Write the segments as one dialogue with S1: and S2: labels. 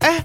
S1: 哎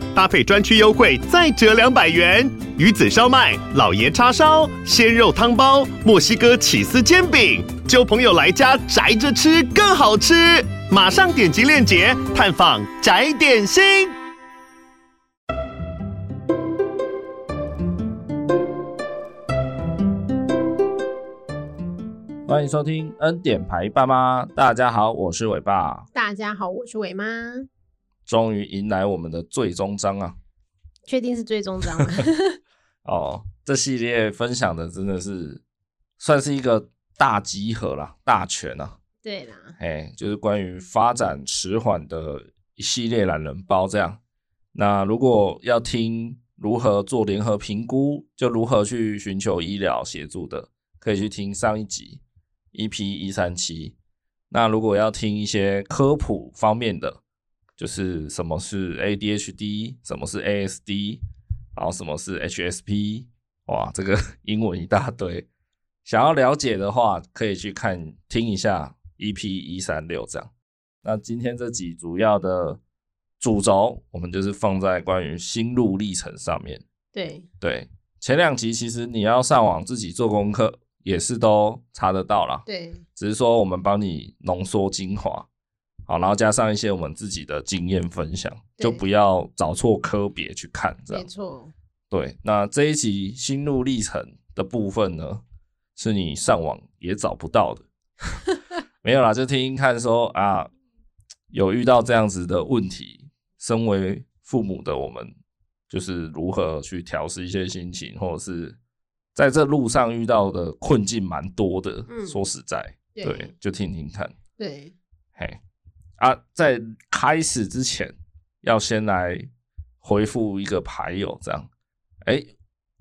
S1: 搭配专区优惠再折两百元。鱼子烧麦、老爷叉烧、鲜肉汤包、墨西哥起司煎饼，就朋友来家宅着吃更好吃。马上点击链接探访宅点心。
S2: 欢迎收听《恩典牌爸妈》，大家好，我是伟爸。
S3: 大家好，我是伟妈。
S2: 终于迎来我们的最终章啊！
S3: 确定是最终章吗？
S2: 哦，这系列分享的真的是算是一个大集合啦，大全啊！
S3: 对 啦，
S2: 哎，就是关于发展迟缓的一系列懒人包这样。那如果要听如何做联合评估，就如何去寻求医疗协助的，可以去听上一集 EP 一三七。那如果要听一些科普方面的，就是什么是 ADHD，什么是 ASD，然后什么是 HSP，哇，这个 英文一大堆。想要了解的话，可以去看听一下 EP 一三六这样。那今天这集主要的主轴，我们就是放在关于心路历程上面。
S3: 对，
S2: 对，前两集其实你要上网自己做功课，也是都查得到啦。
S3: 对，
S2: 只是说我们帮你浓缩精华，好，然后加上一些我们自己的经验分享，
S3: 对
S2: 就不要找错科别去看这
S3: 没
S2: 样。
S3: 错，
S2: 对，那这一集心路历程的部分呢，是你上网也找不到 的。没有啦，就听听看说啊，有遇到这样子的问题，身为父母的我们，就是如何去调试一些心情，或者是在这路上遇到的困境蛮多的。
S3: 嗯
S2: 说实在，
S3: 对
S2: 对，就听听看。
S3: 对，
S2: 嘿，啊，在开始之前要先来回复一个牌友，这样。哎、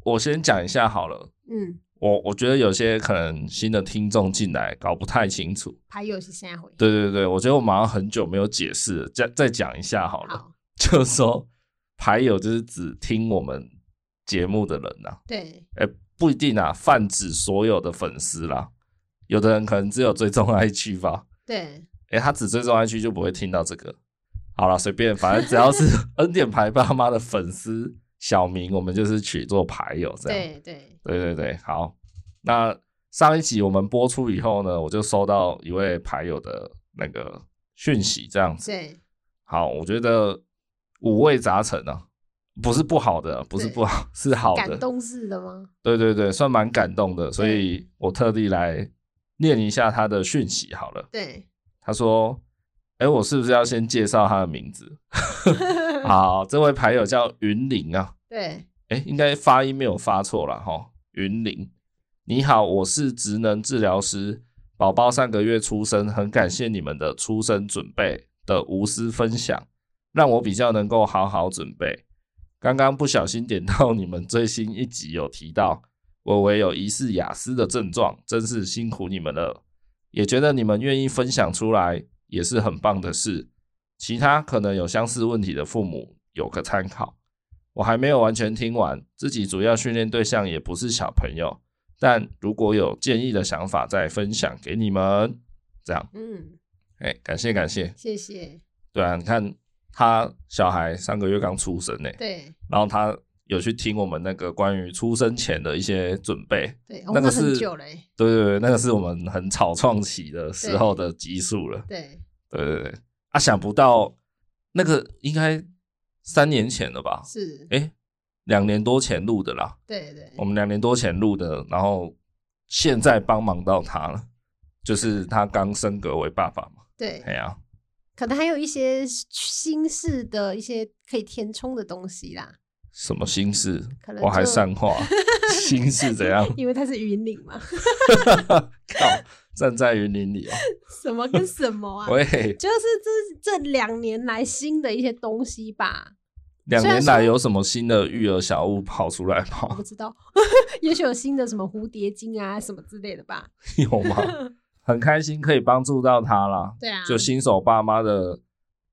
S2: 我先讲一下好了，
S3: 嗯，
S2: 我我觉得有些可能新的听众进来搞不太清楚。
S3: 牌友是下回，
S2: 对对对，我觉得我马上很久没有解释了，再再讲一下好了。
S3: 好，
S2: 就是说，牌友就是指听我们节目的人呐、
S3: 对，
S2: 哎、不一定啊，泛指所有的粉丝啦。有的人可能只有追踪 IG 吧，
S3: 对，
S2: 诶，他只追踪 IG 就不会听到这个。好了，随便，反正只 要是恩典牌爸妈的粉丝小明，我们就是取做牌友这样。
S3: 对，对，
S2: 对啊对对，好。那上一集我们播出以后呢，我就收到一位牌友的那个讯息，这样子。
S3: 对，
S2: 好，我觉得五味杂陈啊，不是不好的，啊不是
S3: 对
S2: 不好，是好的
S3: 感。动式的吗？
S2: 对对对，算蛮感动的，所以我特地来念一下他的讯息好了。
S3: 对，
S2: 他说：“哎、我是不是要先介绍他的名字？” 好，这位牌友叫云林啊，
S3: 对，
S2: 哎、应该发音没有发错啦。哈。云林，你好，我是职能治疗师，宝宝上个月出生，很感谢你们的出生准备的无私分享，让我比较能够好好准备。刚刚不小心点到你们最新一集有提到，我唯有疑似雅思的症状，真是辛苦你们了。也觉得你们愿意分享出来也是很棒的事。其他可能有相似问题的父母有个参考。我还没有完全听完，自己主要训练对象也不是小朋友，但如果有建议的想法再分享给你们。这样，
S3: 嗯，
S2: 哎、感谢感谢。
S3: 谢谢，
S2: 对啊，你看他小孩上个月刚出生呢、
S3: 对，
S2: 然后他有去听我们那个关于出生前的一些准备。
S3: 对，哦
S2: 那，个
S3: 那
S2: 是
S3: 很久嘞，
S2: 对对对，那个是我们很草创期的时候的集数了。
S3: 对，
S2: 对对对，啊，想不到那个应该三年前了吧？
S3: 是，
S2: 诶，哦两年多前录的啦，
S3: 对，对
S2: 我，们两年多前录的，然后现在帮忙到他了，就是他刚升格为爸爸嘛。哎
S3: 对，
S2: 呀、
S3: 可能还有一些新式的一些可以填充的东西啦，
S2: 什么心事
S3: 可？能
S2: 我还
S3: 就
S2: 善 化，心事怎样？
S3: 因为它是云岭嘛，
S2: 靠，站在云林里哦，
S3: 什么跟什么啊？
S2: 喂，
S3: 就是这这两年来新的一些东西吧，
S2: 两
S3: 虽然
S2: 年来
S3: 说
S2: 有什么新的育儿小物跑出来
S3: 我
S2: 吗
S3: 不？知道，也许有新的什么蝴蝶精啊什么之类的吧。
S2: 有吗？很开心可以帮助到他啦。
S3: 对啊，
S2: 就新手爸妈的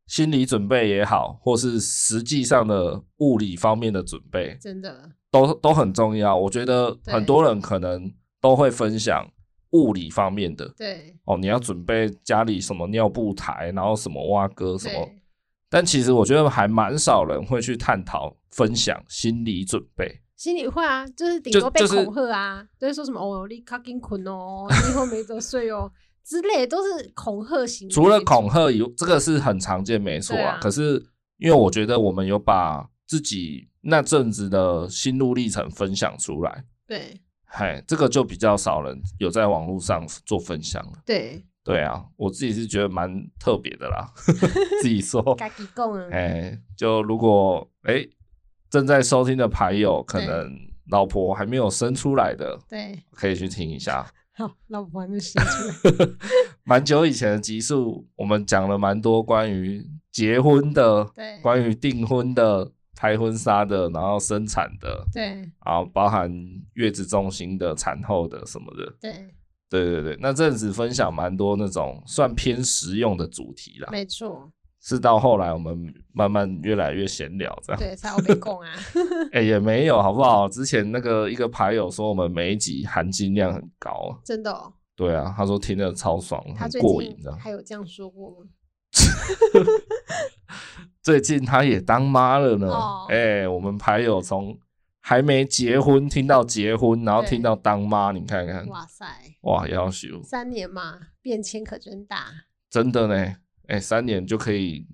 S2: 心理准备也好，或是实际上的物理方面的准备，
S3: 真的，
S2: 都都很重要。我觉得
S3: 对
S2: 很多人可能都会分享物理方面的
S3: 对
S2: 哦，你要准备家里什么尿布台，然后什么蛙哥什么，
S3: 对
S2: 但其实我觉得还蛮少人会去探讨分享心理准备。
S3: 心里会啊，就是顶
S2: 就
S3: 多被
S2: 就是
S3: 恐吓啊，就是说什么哦，你卡紧困哦，你以后没得睡哦之类的，都是恐吓型。
S2: 除了恐，吓以，这个是很常见，没错
S3: 对
S2: 啊。
S3: 啊
S2: 可是因为我觉得我们有把自己那阵子的心路历程分享出来，
S3: 对
S2: 嗨，这个就比较少人有在网络上做分享了。
S3: 对，
S2: 对啊，我自己是觉得蛮特别的 啦，自己说，
S3: 该己讲啊，
S2: 哎，就如果哎正在收听的牌友，可
S3: 对
S2: 能老婆还没有生出来的，
S3: 对，
S2: 可以去听一下。
S3: 好，老婆还没生出来，
S2: 蛮久以前的集数，我们讲了蛮多关于结婚的，
S3: 对
S2: 关于订婚的、拍婚纱的，然后生产的，
S3: 对
S2: 啊，包含月子中心的、产后的什么的。
S3: 对，
S2: 对对对，那阵子分享蛮多那种算偏实用的主题啦，
S3: 没错，
S2: 是到后来我们慢慢越来越闲聊这样。
S3: 对，才有被供啊，
S2: 哎、也没有好不好？之前那个一个牌友说我们每一集含金量很高，
S3: 真的哦。
S2: 对啊，他说听着超爽，
S3: 他
S2: 很
S3: 最
S2: 过瘾这
S3: 近
S2: 样。
S3: 还有这样说过吗？
S2: 最近他也当妈了呢，哎、
S3: 哦
S2: 我们牌友从还没结婚听到结婚，然后
S3: 对
S2: 听到当妈，你看看，
S3: 哇塞，
S2: 哇，要求
S3: 三年嘛，变迁可真大。
S2: 真的呢，哎、三年就可以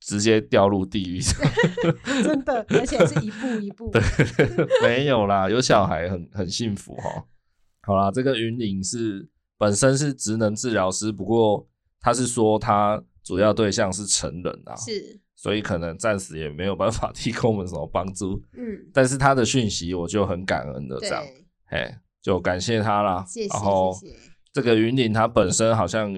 S2: 直接掉入地狱，
S3: 真的，而且是一步一步。
S2: 啊 没有啦，有小孩很很幸福哈。好啦，这个云岭是本身是职能治疗师，不过他是说他主要对象是成人啊，
S3: 是，
S2: 所以可能暂时也没有办法提供我们什么帮助，
S3: 嗯，
S2: 但是他的讯息我就很感恩的这样，
S3: 对，
S2: 哎，就感谢他啦。
S3: 谢谢
S2: 然后
S3: 谢谢，
S2: 这个云岭他本身好像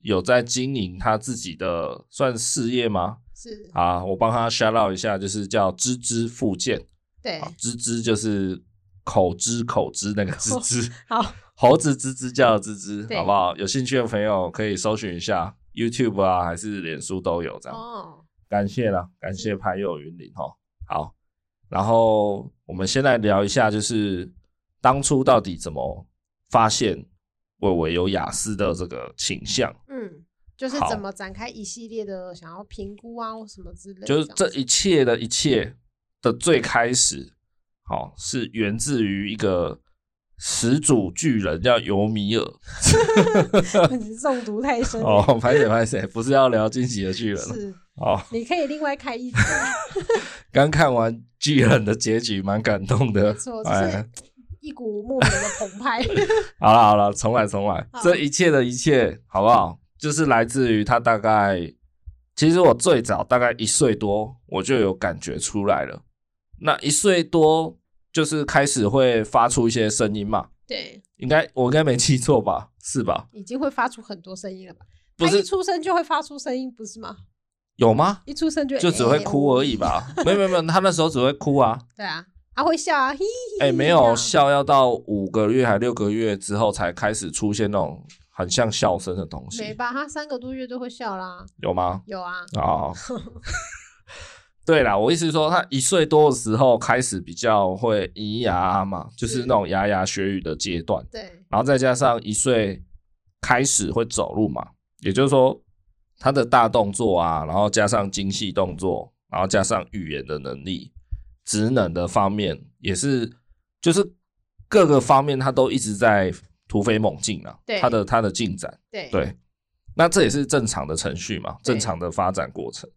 S2: 有在经营他自己的算事业吗？
S3: 是，
S2: 啊，我帮他 shout out 一下，就是叫芝芝附件。
S3: 对，
S2: 啊吱吱就是口吱口吱那个吱吱，
S3: 好，
S2: 猴子吱吱叫的吱吱，
S3: 对
S2: 好不好？有兴趣的朋友可以搜寻一下 YouTube 啊，还是脸书都有这样。
S3: 哦，
S2: 感谢啦，感谢牌友云林哦。好，然后我们先来聊一下，就是当初到底怎么发现伟伟有雅思的这个倾向，
S3: 嗯，就是
S2: 好
S3: 怎么展开一系列的想要评估啊，或什么之类的样
S2: 就是
S3: 子，
S2: 这一切的一切的最开始，好、是源自于一个始祖巨人叫尤米尔。
S3: 你是 中毒太深了，
S2: 哦，拍谁拍谁，不是要聊惊喜的巨人了
S3: 是，
S2: 哦。
S3: 你可以另外开一集，
S2: 刚看完巨人的结局，蛮感动的
S3: 没。错，就
S2: 哎
S3: 是，一股莫名的澎 湃，
S2: 好了好了，重来重来
S3: 好，
S2: 这一切的一切，好不好？就是来自于他大概，其实我最早大概一岁多，我就有感觉出来了。那一岁多就是开始会发出一些声音嘛，
S3: 对，
S2: 应该我应该没记错吧？是吧？
S3: 已经会发出很多声音了吧？
S2: 不
S3: 他一
S2: 是
S3: 出生就会发出声音，不是吗？
S2: 有吗？
S3: 一出生就哎
S2: 就只会哭而已
S3: 吧？
S2: 吧？没有没有没有，他那时候只会哭啊。
S3: 对啊，他会笑啊，嘿嘿嘿，
S2: 哎、没
S3: 这
S2: 有
S3: 样，
S2: 笑要到五个月还六个月之后才开始出现那种很像笑声的东
S3: 没
S2: 西，
S3: 吧？他三个多月就会笑啦，
S2: 有吗？
S3: 有啊，
S2: 啊、对啦，我意思是说，他一岁多的时候开始比较会咿呀嘛，就是那种牙牙学语的阶段，
S3: 对，
S2: 然后再加上一岁开始会走路嘛，也就是说他的大动作啊，然后加上精细动作，然后加上语言的能力、职能的方面，也是就是各个方面他都一直在突飞猛进啊
S3: 对，
S2: 他的他的进展，
S3: 对
S2: 对，那这也是正常的程序嘛，
S3: 对
S2: 正常的发展过程。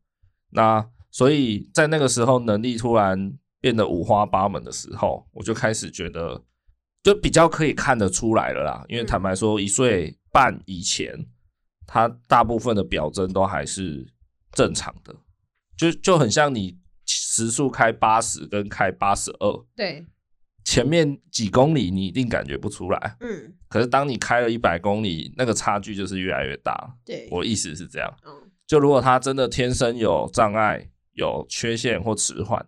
S2: 那所以在那个时候，能力突然变得五花八门的时候，我就开始觉得，就比较可以看得出来了啦。因为
S3: 嗯
S2: 坦白说，一岁半以前，他大部分的表征都还是正常的，就就很像你时速开八十跟开八十二，
S3: 对，
S2: 前面几公里你一定感觉不出来，
S3: 嗯，
S2: 可是当你开了一百公里，那个差距就是越来越大了。
S3: 对，
S2: 我意思是这样，
S3: 嗯，
S2: 就如果他真的天生有障碍、有缺陷或迟缓，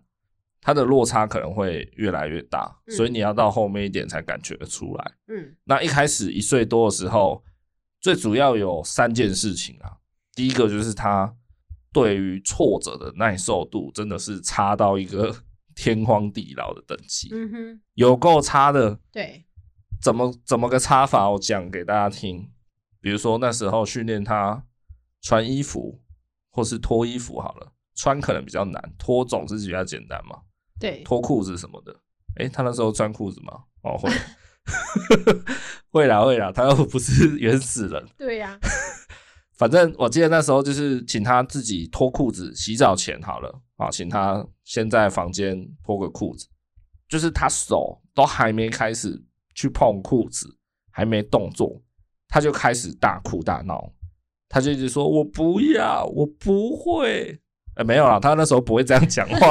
S2: 他的落差可能会越来越大，
S3: 嗯
S2: 所以你要到后面一点才感觉得出来。
S3: 嗯，
S2: 那一开始一岁多的时候，最主要有三件事情啊。第一个就是他对于挫折的耐受度真的是差到一个 天荒地老的等级，
S3: 嗯哼，
S2: 有够差的。
S3: 对，
S2: 怎么怎么个差法？我讲给大家听。比如说那时候训练他穿衣服，或是脱衣服好了，穿可能比较难，脱总是比较简单嘛。
S3: 对，
S2: 脱裤子什么的。诶、他那时候穿裤子吗？哦，会， 会啦会啦，他又不是原始人。
S3: 对呀，
S2: 反正我记得那时候就是请他自己脱裤子，洗澡前好了啊，请他先在房间脱个裤子，就是他手都还没开始去碰裤子，还没动作，他就开始大哭大闹，他就一直说我不要，我不会。哎，没有啦，他那时候不会这样讲话。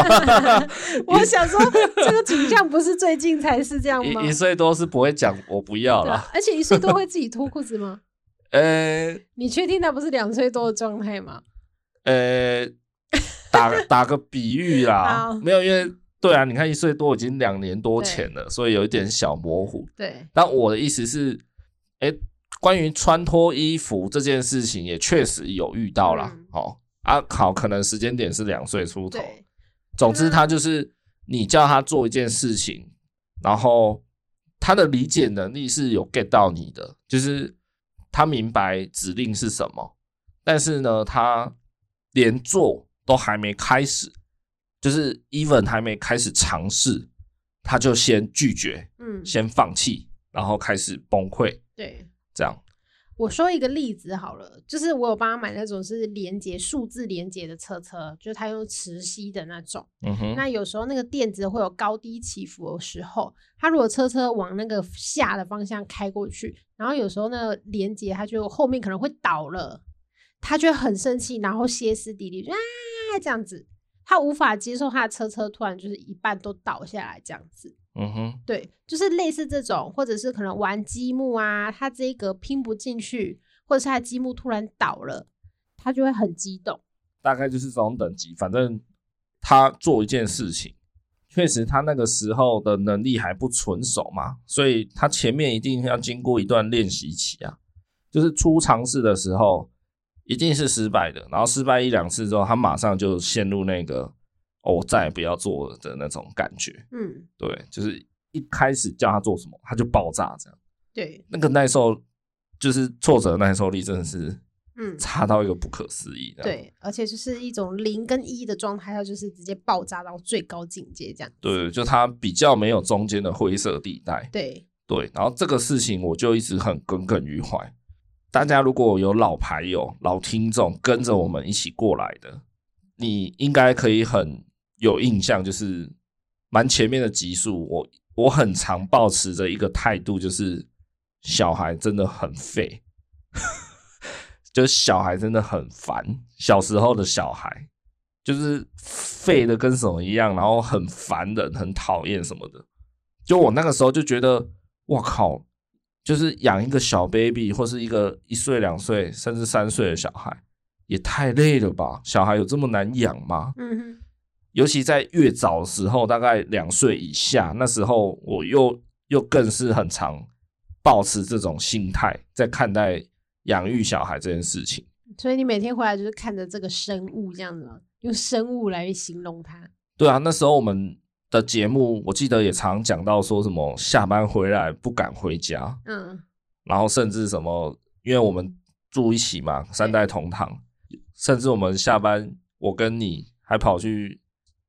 S3: 我想说这个景象不是最近才是这样 吗
S2: 一？一岁多是不会讲我不要
S3: 对啊
S2: 啦。
S3: 而且一岁多会自己脱裤子吗？啊
S2: 呃
S3: 你确定那不是两岁多的状态吗？
S2: 呃， 打打个比喻啦
S3: 好，嗯
S2: 没有，因为对啊，你看一岁多已经两年多前了，所以有一
S3: 嗯
S2: 点小模糊。
S3: 对，
S2: 但我的意思是，哎，关于穿脱衣服这件事情，也确实有遇到啦。
S3: 嗯
S2: 哦，啊，好，可能时间点是两岁出头，
S3: 对，
S2: 总之，他就是你叫他做一件事情，然后他的理解能力是有 get 到你的，就是他明白指令是什么，但是呢，他连做都还没开始，就是 even 还没开始尝试，他就先拒绝，
S3: 嗯，
S2: 先放弃，然后开始崩溃，
S3: 对。
S2: 这样。
S3: 我说一个例子好了，就是我有帮他买那种是连接数字连接的车车，就是他用磁吸的那种。
S2: 嗯哼，
S3: 那有时候那个电子会有高低起伏的时候，它如果车车往那个下的方向开过去，然后有时候那个连接它就后面可能会倒了，他就会很生气，然后歇斯底里啊这样子，他无法接受他的车车突然就是一半都倒下来这样子。
S2: 嗯哼，
S3: 对，就是类似这种，或者是可能玩积木啊，他这一格拼不进去，或者是他的积木突然倒了，他就会很激动。
S2: 大概就是这种等级。反正他做一件事情，确实他那个时候的能力还不纯熟嘛，所以他前面一定要经过一段练习期啊。就是初尝试的时候，一定是失败的，然后失败一两次之后，他马上就陷入那个哦，我再也不要做了的那种感觉。
S3: 嗯，
S2: 对，就是一开始叫他做什么，他就爆炸这样。
S3: 对，
S2: 那个耐受，就是挫折的耐受力，真的是
S3: 嗯，
S2: 差到一个不可思议。，
S3: 对，而且就是一种零跟一的状态，它就是直接爆炸到最高境界这样。
S2: 对，就它比较没有中间的灰色地带。
S3: 对，
S2: 对，然后这个事情我就一直很耿耿于怀。大家如果有老牌友、老听众跟着我们一起过来的，你应该可以很有印象，就是蛮前面的集数，我我很常保持着一个态度，就是小孩真的很废， 就是小孩真的很烦。小时候的小孩就是废的跟什么一样，然后很烦人、很讨厌什么的。就我那个时候就觉得，我靠，就是养一个小 baby 或是一个一岁、两岁甚至三岁的小孩，也太累了吧？小孩有这么难养吗？
S3: 嗯哼，
S2: 尤其在越早的时候，大概两岁以下，那时候我又又更是很常保持这种心态在看待养育小孩这件事情。
S3: 所以你每天回来就是看着这个生物这样子吗？用生物来形容它。
S2: 对啊，那时候我们的节目，我记得也常讲到说什么下班回来不敢回家，
S3: 嗯，
S2: 然后甚至什么，因为我们住一起嘛，三代同堂，甚至我们下班，我跟你还跑去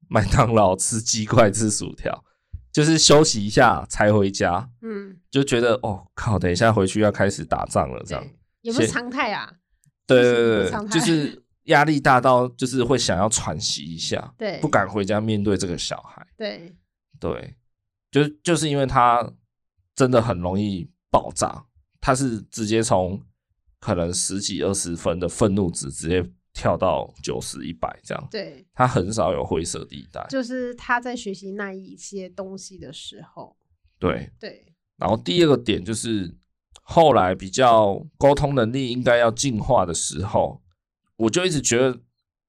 S2: 麦当劳吃鸡块、吃薯条，就是休息一下才回家，
S3: 嗯，
S2: 就觉得哦靠，等一下回去要开始打仗了，这样，
S3: 对，也不是
S2: 先
S3: 常态啊。
S2: 对
S3: 就是
S2: 对对
S3: 不常
S2: 对，
S3: 态
S2: 就是压力大到就是会想要喘息一下，
S3: 对，
S2: 不。敢回家面对这个小孩，
S3: 对，
S2: 对，就就是因为他真的很容易爆炸，他是直接从可能十几二十分的愤怒值直接跳到九十一百这样，
S3: 对，
S2: 他很少有灰色地带。
S3: 就是他在学习那一些东西的时候，
S2: 对，
S3: 对，
S2: 然后第二个点就是后来比较沟通能力应该要进化的时候，我就一直觉得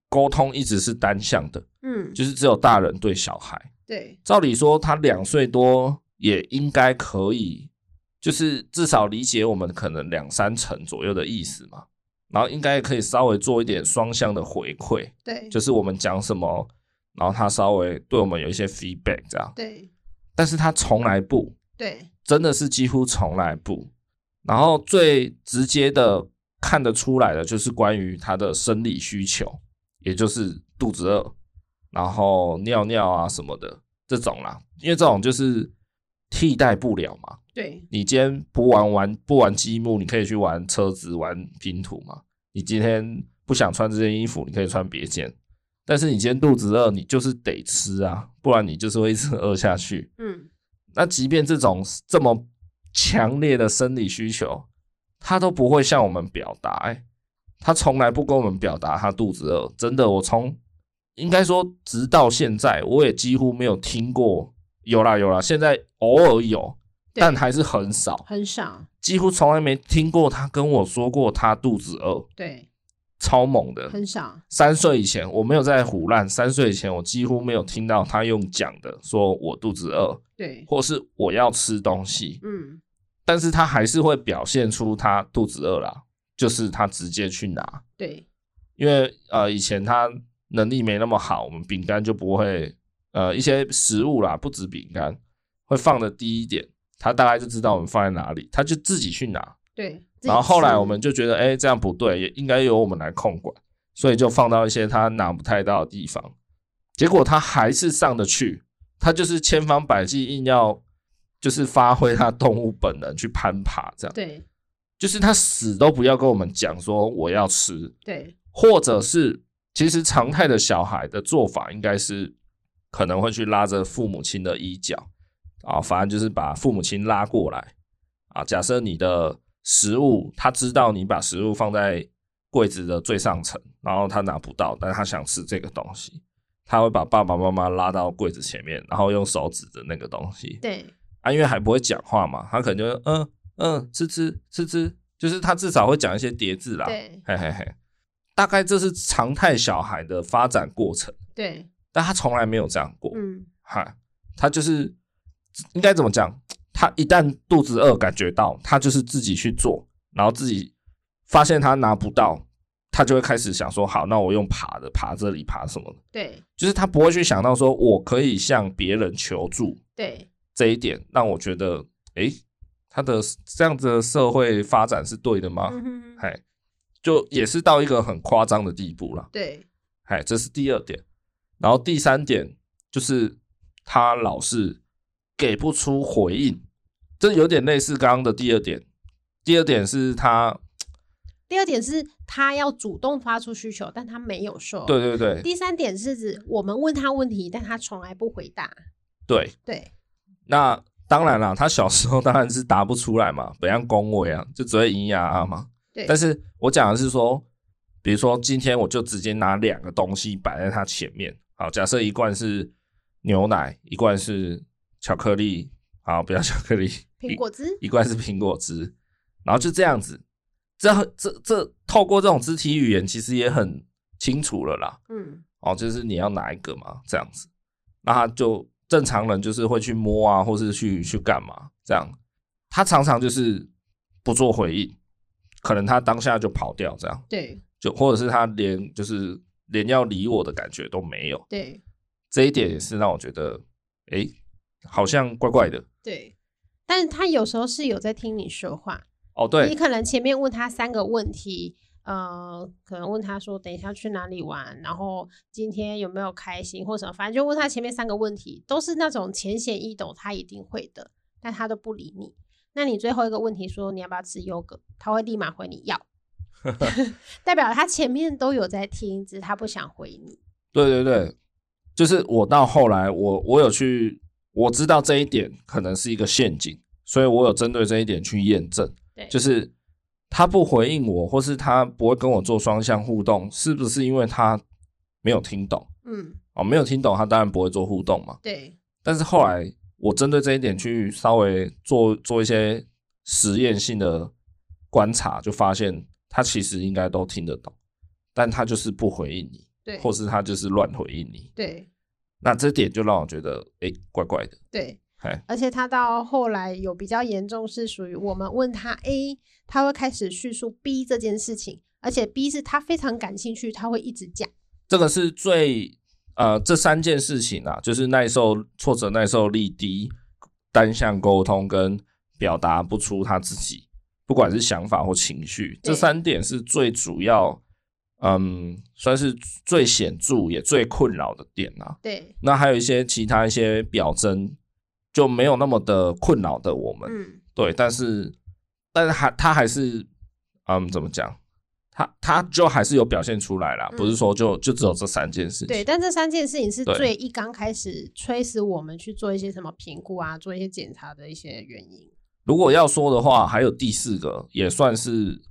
S2: 沟通一直是单向的，
S3: 嗯，
S2: 就是只有大人对小孩。
S3: 对，
S2: 照理说，他两岁多也应该可以就是至少理解我们可能两三成左右的意思嘛，然后应该也可以稍微做一点双向的回馈，
S3: 对
S2: 就是我们讲什么，然后他稍微对我们有一些 feedback 这样，
S3: 对
S2: 但是他从来不，
S3: 对
S2: 真的是几乎从来不。然后最直接的看得出来的就是关于他的生理需求，也就是肚子饿，然后尿尿啊什么的这种啦，因为这种就是替代不了嘛。
S3: 对
S2: 你今天不玩玩不玩积木，你可以去玩车子、玩拼图嘛。你今天不想穿这件衣服，你可以穿别件。但是你今天肚子饿，你就是得吃啊，不然你就是会一直饿下去。
S3: 嗯
S2: 那即便这种这么强烈的生理需求，他都不会向我们表达、欸，他从来不跟我们表达他肚子饿。真的，我从应该说直到现在，我也几乎没有听过。有啦有啦，现在偶尔有，
S3: 对
S2: 但还是很少，
S3: 很少
S2: 几乎从来没听过他跟我说过他肚子饿，
S3: 对
S2: 超猛的。
S3: 很少
S2: 三岁以前我没有在胡乱，三岁以前我几乎没有听到他用讲的说我肚子饿，
S3: 对
S2: 或是我要吃东西，
S3: 嗯
S2: 但是他还是会表现出他肚子饿啦，就是他直接去拿，
S3: 对
S2: 因为呃以前他能力没那么好，我们饼干就不会呃一些食物啦，不止饼干会放的低一点，他大概就知道我们放在哪里，他就自己去拿。
S3: 对。自己
S2: 然后后来
S3: 吃
S2: 我们就觉得，哎、这样不对，也应该由我们来控管，所以就放到一些他拿不太到的地方。结果他还是上得去，他就是千方百计硬要，就是发挥他动物本能去攀爬，这样
S3: 对
S2: 就是他死都不要跟我们讲说我要吃，
S3: 对
S2: 或者是其实常态的小孩的做法应该是可能会去拉着父母亲的衣角啊，反正就是把父母亲拉过来啊。假设你的食物，他知道你把食物放在柜子的最上层，然后他拿不到，但他想吃这个东西，他会把爸爸妈妈拉到柜子前面，然后用手指着那个东西
S3: 对
S2: 啊，因为还不会讲话嘛，他可能就嗯嗯吃吃吃吃，就是他至少会讲一些叠字啦。
S3: 对
S2: 嘿嘿嘿，大概这是常态小孩的发展过程，
S3: 对，
S2: 但他从来没有这样过，
S3: 嗯
S2: 哈、他就是应该怎么讲？他一旦肚子饿感觉到，他就是自己去做，然后自己发现他拿不到，他就会开始想说，好，那我用爬的爬这里爬什么的，
S3: 对
S2: 就是他不会去想到说我可以向别人求助
S3: 对
S2: 这一点，让我觉得，诶，他的这样子的社会发展是对的吗？
S3: 嗯哼哼
S2: 哎，就也是到一个很夸张的地步了。
S3: 对
S2: 哎，这是第二点。然后第三点就是他老是给不出回应，这有点类似刚刚的第二点。第二点是他，
S3: 第二点是他要主动发出需求，但他没有说。
S2: 对对对
S3: 第三点是指我们问他问题，但他从来不回答。
S2: 对。
S3: 对
S2: 那当然啦，他小时候当然是答不出来嘛，不像恭维啊，就只会咿呀啊嘛。
S3: 对，
S2: 但是我讲的是说，比如说今天我就直接拿两个东西摆在他前面，好，假设一罐是牛奶，一罐是巧克力，好，不要巧克力，
S3: 苹果汁
S2: 一罐是苹果汁，然后就这样子，这这这透过这种肢体语言，其实也很清楚了啦，
S3: 嗯
S2: 哦，就是你要哪一个嘛，这样子，那他就正常人就是会去摸啊，或是去去干嘛这样，他常常就是不做回应，可能他当下就跑掉这样，
S3: 对
S2: 就或者是他连就是连要理我的感觉都没有，
S3: 对
S2: 这一点也是让我觉得，诶、好像怪怪的。
S3: 对，但是他有时候是有在听你说话，
S2: 哦，
S3: 你
S2: 对，
S3: 可能前面问他三个问题，呃，可能问他说等一下去哪里玩，然后今天有没有开心或什么，反正就问他前面三个问题，都是那种浅显易懂，他一定会的，但他都不理你。那你最后一个问题说你要不要吃优格，他会立马回你要，代表他前面都有在听，只是他不想回你。
S2: 对对
S3: 嗯
S2: 对，就是我到后来，我我有去，我知道这一点可能是一个陷阱，所以我有针对这一点去验证，
S3: 对，
S2: 就是他不回应我，或是他不会跟我做双向互动，是不是因为他没有听懂？
S3: 嗯，
S2: 哦，没有听懂，他当然不会做互动嘛。
S3: 对
S2: 但是后来我针对这一点去稍微做做一些实验性的观察，就发现他其实应该都听得懂，但他就是不回应你，
S3: 对
S2: 或是他就是乱回应你。
S3: 对
S2: 那这点就让我觉得，哎、怪怪的。
S3: 对，
S2: 哎，
S3: 而且他到后来有比较严重，是属于我们问他 A，他会开始叙述 B 这件事情，而且 B 是他非常感兴趣，他会一直讲。
S2: 这个是最呃这三件事情啊，就是耐受挫折耐受力低、单向沟通跟表达不出他自己，不管是想法或情绪，
S3: 对
S2: 这三点是最主要，嗯，算是最显著也最困扰的点啊。
S3: 对，
S2: 那还有一些其他一些表征就没有那么的困扰的我们，
S3: 嗯，
S2: 对，但是但是还他还是嗯怎么讲？他他就还是有表现出来啦，
S3: 嗯
S2: 不是说就就只有这三件事情。
S3: 对。但这三件事情是
S2: 对
S3: 最一刚开始催使我们去做一些什么评估啊，做一些检查的一些原因。
S2: 如果要说的话，还有第四个也算是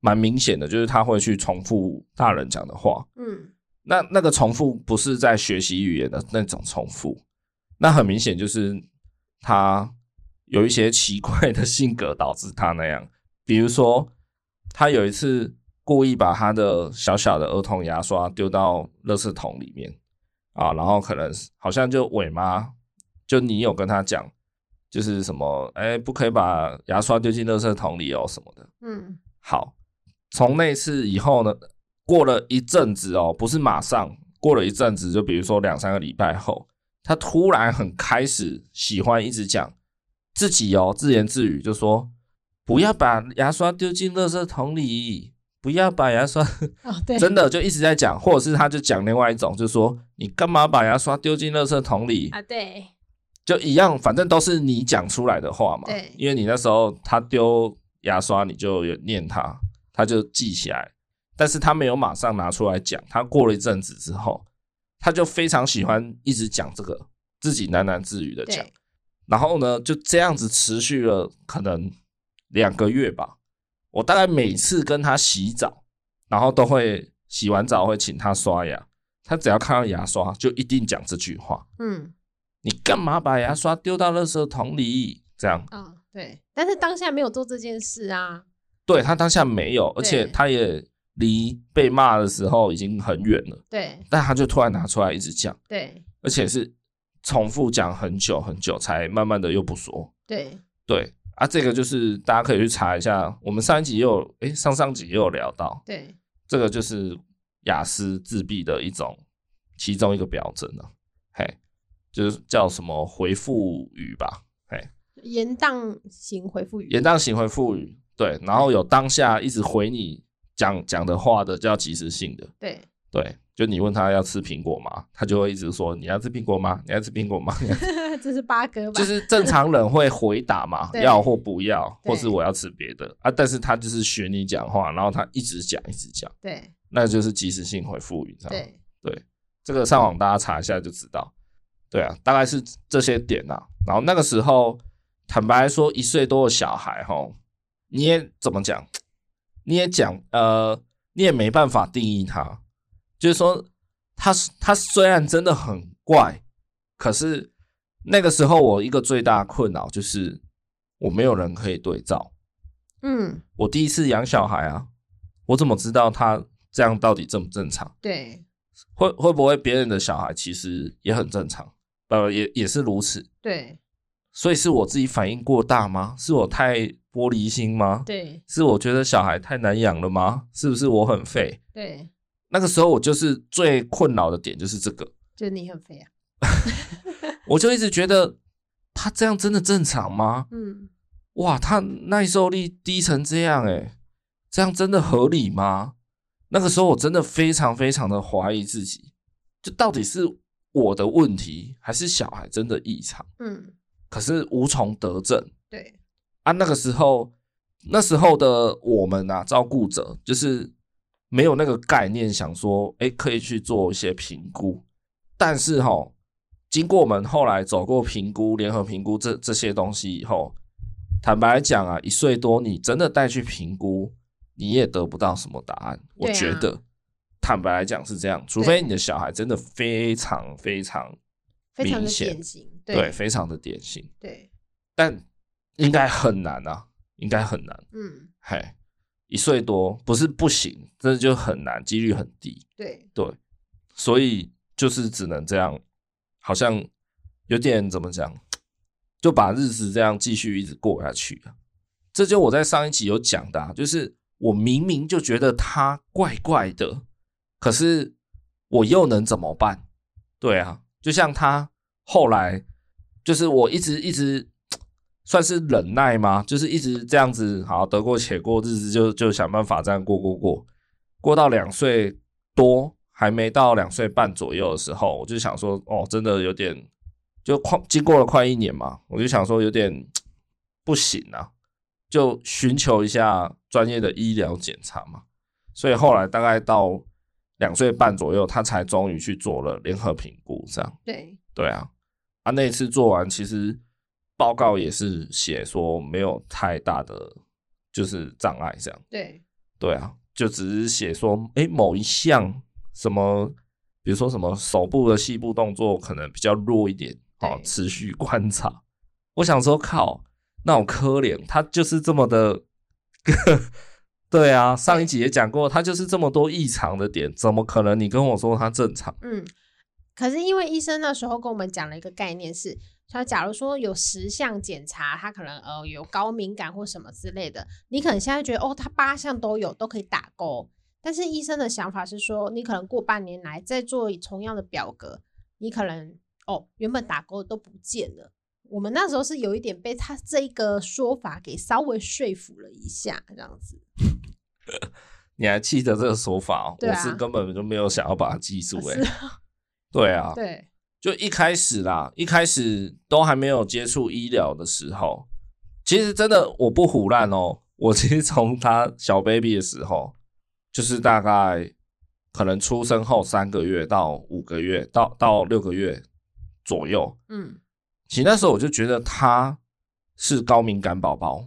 S2: 蛮明显的，就是他会去重复大人讲的话。
S3: 嗯，
S2: 那那个重复不是在学习语言的那种重复，那很明显就是他有一些奇怪的性格导致他那样。比如说，他有一次故意把他的小小的儿童牙刷丢到垃圾桶里面啊，然后可能是好像就伟妈，就你有跟他讲，就是什么哎、不可以把牙刷丢进垃圾桶里哦什么的。
S3: 嗯，
S2: 好，从那次以后呢，过了一阵子哦，不是马上，过了一阵子，就比如说两三个礼拜后，他突然很开始喜欢一直讲自己哦，自言自语，就说不要把牙刷丢进垃圾桶里，不要把牙刷，
S3: 哦，对，
S2: 真的就一直在讲，或者是他就讲另外一种，就说你干嘛把牙刷丢进垃圾桶里？
S3: 啊，对，
S2: 就一样，反正都是你讲出来的话嘛。
S3: 对
S2: 因为你那时候他丢牙刷，你就有念他，他就记起来，但是他没有马上拿出来讲。他过了一阵子之后，他就非常喜欢一直讲这个，自己喃喃自语的讲
S3: 对。
S2: 然后呢，就这样子持续了可能两个月吧。我大概每次跟他洗澡，然后都会洗完澡会请他刷牙，他只要看到牙刷就一定讲这句话。
S3: 嗯，
S2: 你干嘛把牙刷丢到垃圾桶里？这样，
S3: 啊、对。但是当下没有做这件事啊。
S2: 对他当下没有，而且
S3: 对
S2: 他也离被骂的时候已经很远了，
S3: 对
S2: 但他就突然拿出来一直讲，
S3: 对
S2: 而且是重复讲很久很久，才慢慢的又不说。
S3: 对，
S2: 对啊，这个就是大家可以去查一下，我们上一集也有，诶，上上集也有聊到，
S3: 对，
S2: 这个就是雅思自闭的一种其中一个表征了、啊，嘿，就是叫什么回复语吧，
S3: 延宕型回复语。
S2: 延宕型回复语，对，然后有当下一直回你讲讲的话的叫即时性的，
S3: 对
S2: 对，就你问他要吃苹果吗，他就会一直说你要吃苹果吗？你要吃苹果吗？
S3: 这是八哥吧？
S2: 就是正常人会回答嘛，
S3: 对
S2: 要或不要，
S3: 对
S2: 或是我要吃别的啊，但是他就是学你讲话，然后他一直讲一直讲，
S3: 对
S2: 那就是即时性回复语，你知道吗？
S3: 对
S2: 这个嗯上网大家查一下就知道。对啊，大概是这些点啊。然后那个时候，坦白说，一岁多的小孩吼，你也怎么讲？你也讲呃，你也没办法定义他。就是说，他他虽然真的很怪，可是那个时候我一个最大的困扰就是我没有人可以对照。
S3: 嗯，
S2: 我第一次养小孩啊，我怎么知道他这样到底正不正常？
S3: 对
S2: 会会不会别人的小孩其实也很正常，呃，也也是如此。
S3: 对
S2: 所以是我自己反应过大吗？是我太玻璃心吗？
S3: 对
S2: 是我觉得小孩太难养了吗？是不是我很废？
S3: 对，
S2: 那个时候我就是最困扰的点就是这个，
S3: 就你很肥啊。
S2: 我就一直觉得他这样真的正常吗？
S3: 嗯，
S2: 哇，他耐受力低成这样、欸，诶，这样真的合理吗？那个时候我真的非常非常的怀疑自己，就到底是我的问题，还是小孩真的异常？
S3: 嗯，
S2: 可是无从得证
S3: 对
S2: 啊。那个时候，那时候的我们啊，照顾者就是没有那个概念，想说，哎，可以去做一些评估。但是哈、经过我们后来走过评估、联合评估这这些东西以后，坦白讲啊，一岁多你真的带去评估，你也得不到什么答案。我
S3: 对啊
S2: 觉得，坦白来讲是这样，除非你的小孩真的非常非常
S3: 非常的
S2: 明显
S3: 典型。
S2: 对，
S3: 对
S2: 非常的典型。
S3: 对，
S2: 但应该很难啊，应该很难。
S3: 嗯
S2: 嘿，一岁多不是不行，这就很难，几率很低。
S3: 对
S2: 对，所以就是只能这样，好像有点怎么讲，就把日子这样继续一直过下去啊。这就我在上一集有讲的、啊，就是我明明就觉得他怪怪的，可是我又能怎么办？对啊，就像他后来，就是我一直一直算是忍耐吗？就是一直这样子，好得过且过，日子就就想办法这样过过过，过到两岁多，还没到两岁半左右的时候，我就想说，哦，真的有点，就快经过了快一年嘛，我就想说有点不行啊，就寻求一下专业的医疗检查嘛。所以后来大概到两岁半左右，他才终于去做了联合评估，这样。
S3: 对，
S2: 对啊，啊，那一次做完，其实报告也是写说没有太大的就是障碍，这样。
S3: 对，
S2: 对啊，就只是写说，哎，某一项什么，比如说什么手部的细部动作可能比较弱一点，哦
S3: 对，
S2: 持续观察。我想说，靠，那种可怜，他就是这么的， 对啊，上一集也讲过，他就是这么多异常的点，怎么可能你跟我说他正常？
S3: 嗯。可是因为医生那时候跟我们讲了一个概念是，他假如说有十项检查，他可能呃有高敏感或什么之类的，你可能现在觉得哦，他八项都有，都可以打勾。但是医生的想法是说，你可能过半年来再做同样的表格，你可能哦原本打勾的都不见了。我们那时候是有一点被他这一个说法给稍微说服了一下，这样子。
S2: 你还记得这个说法哦？
S3: 对啊
S2: 我是根本就没有想要把它记住哎、
S3: 是
S2: 对啊，
S3: 对，
S2: 就一开始啦，一开始都还没有接触医疗的时候，其实真的我不胡乱哦，我其实从他小 baby 的时候，就是大概可能出生后三个月到五个月到到六个月左右，
S3: 嗯，
S2: 其实那时候我就觉得他是高敏感宝宝，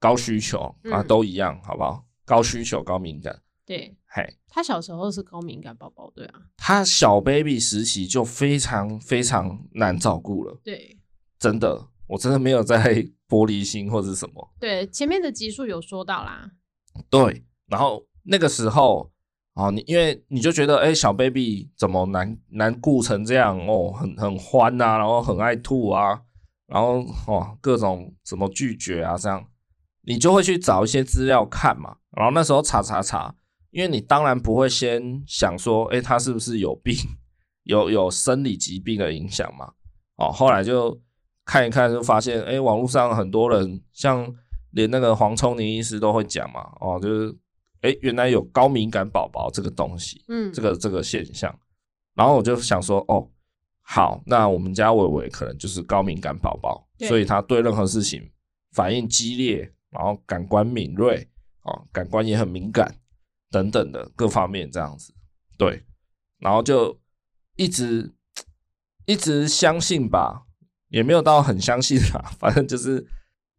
S2: 高需求啊
S3: 嗯
S2: 都一样，好不好？高需求高敏感，
S3: 对
S2: 嘿。
S3: 他小时候是高敏感宝宝，对啊，
S2: 他小 baby 时期就非常非常难照顾了，
S3: 对
S2: 真的，我真的没有在 玻璃心或者什么。
S3: 对，前面的集数有说到啦，
S2: 对，然后那个时候啊，你因为你就觉得，哎、小 baby 怎么难难顾成这样哦，很很欢呐、然后很爱吐啊，然后哦各种什么拒绝啊这样，你就会去找一些资料看嘛，然后那时候查查查，因为你当然不会先想说，哎、他是不是有病， 有有生理疾病的影响嘛，哦，后来就看一看，就发现，哎、网络上很多人，像连那个黄聪宁医师都会讲嘛，哦，就是，哎、原来有高敏感宝宝这个东西，
S3: 嗯，
S2: 这个这个现象。然后我就想说，哦，好，那我们家伟伟可能就是高敏感宝宝，
S3: 对
S2: 所以他对任何事情反应激烈，然后感官敏锐，哦，感官也很敏感，等等的各方面这样子，对，然后就一直一直相信吧，也没有到很相信啦，反正就是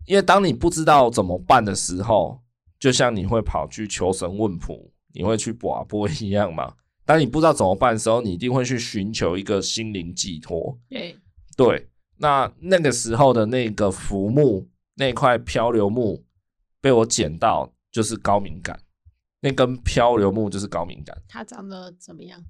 S2: 因为当你不知道怎么办的时候，就像你会跑去求神问卜，你会去卜啊卜一样嘛。当你不知道怎么办的时候，你一定会去寻求一个心灵寄托。
S3: 对
S2: 对，那那个时候的那个浮木那块漂流木被我捡到，就是高敏感，那根漂流木就是高敏感。
S3: 他长得怎么样？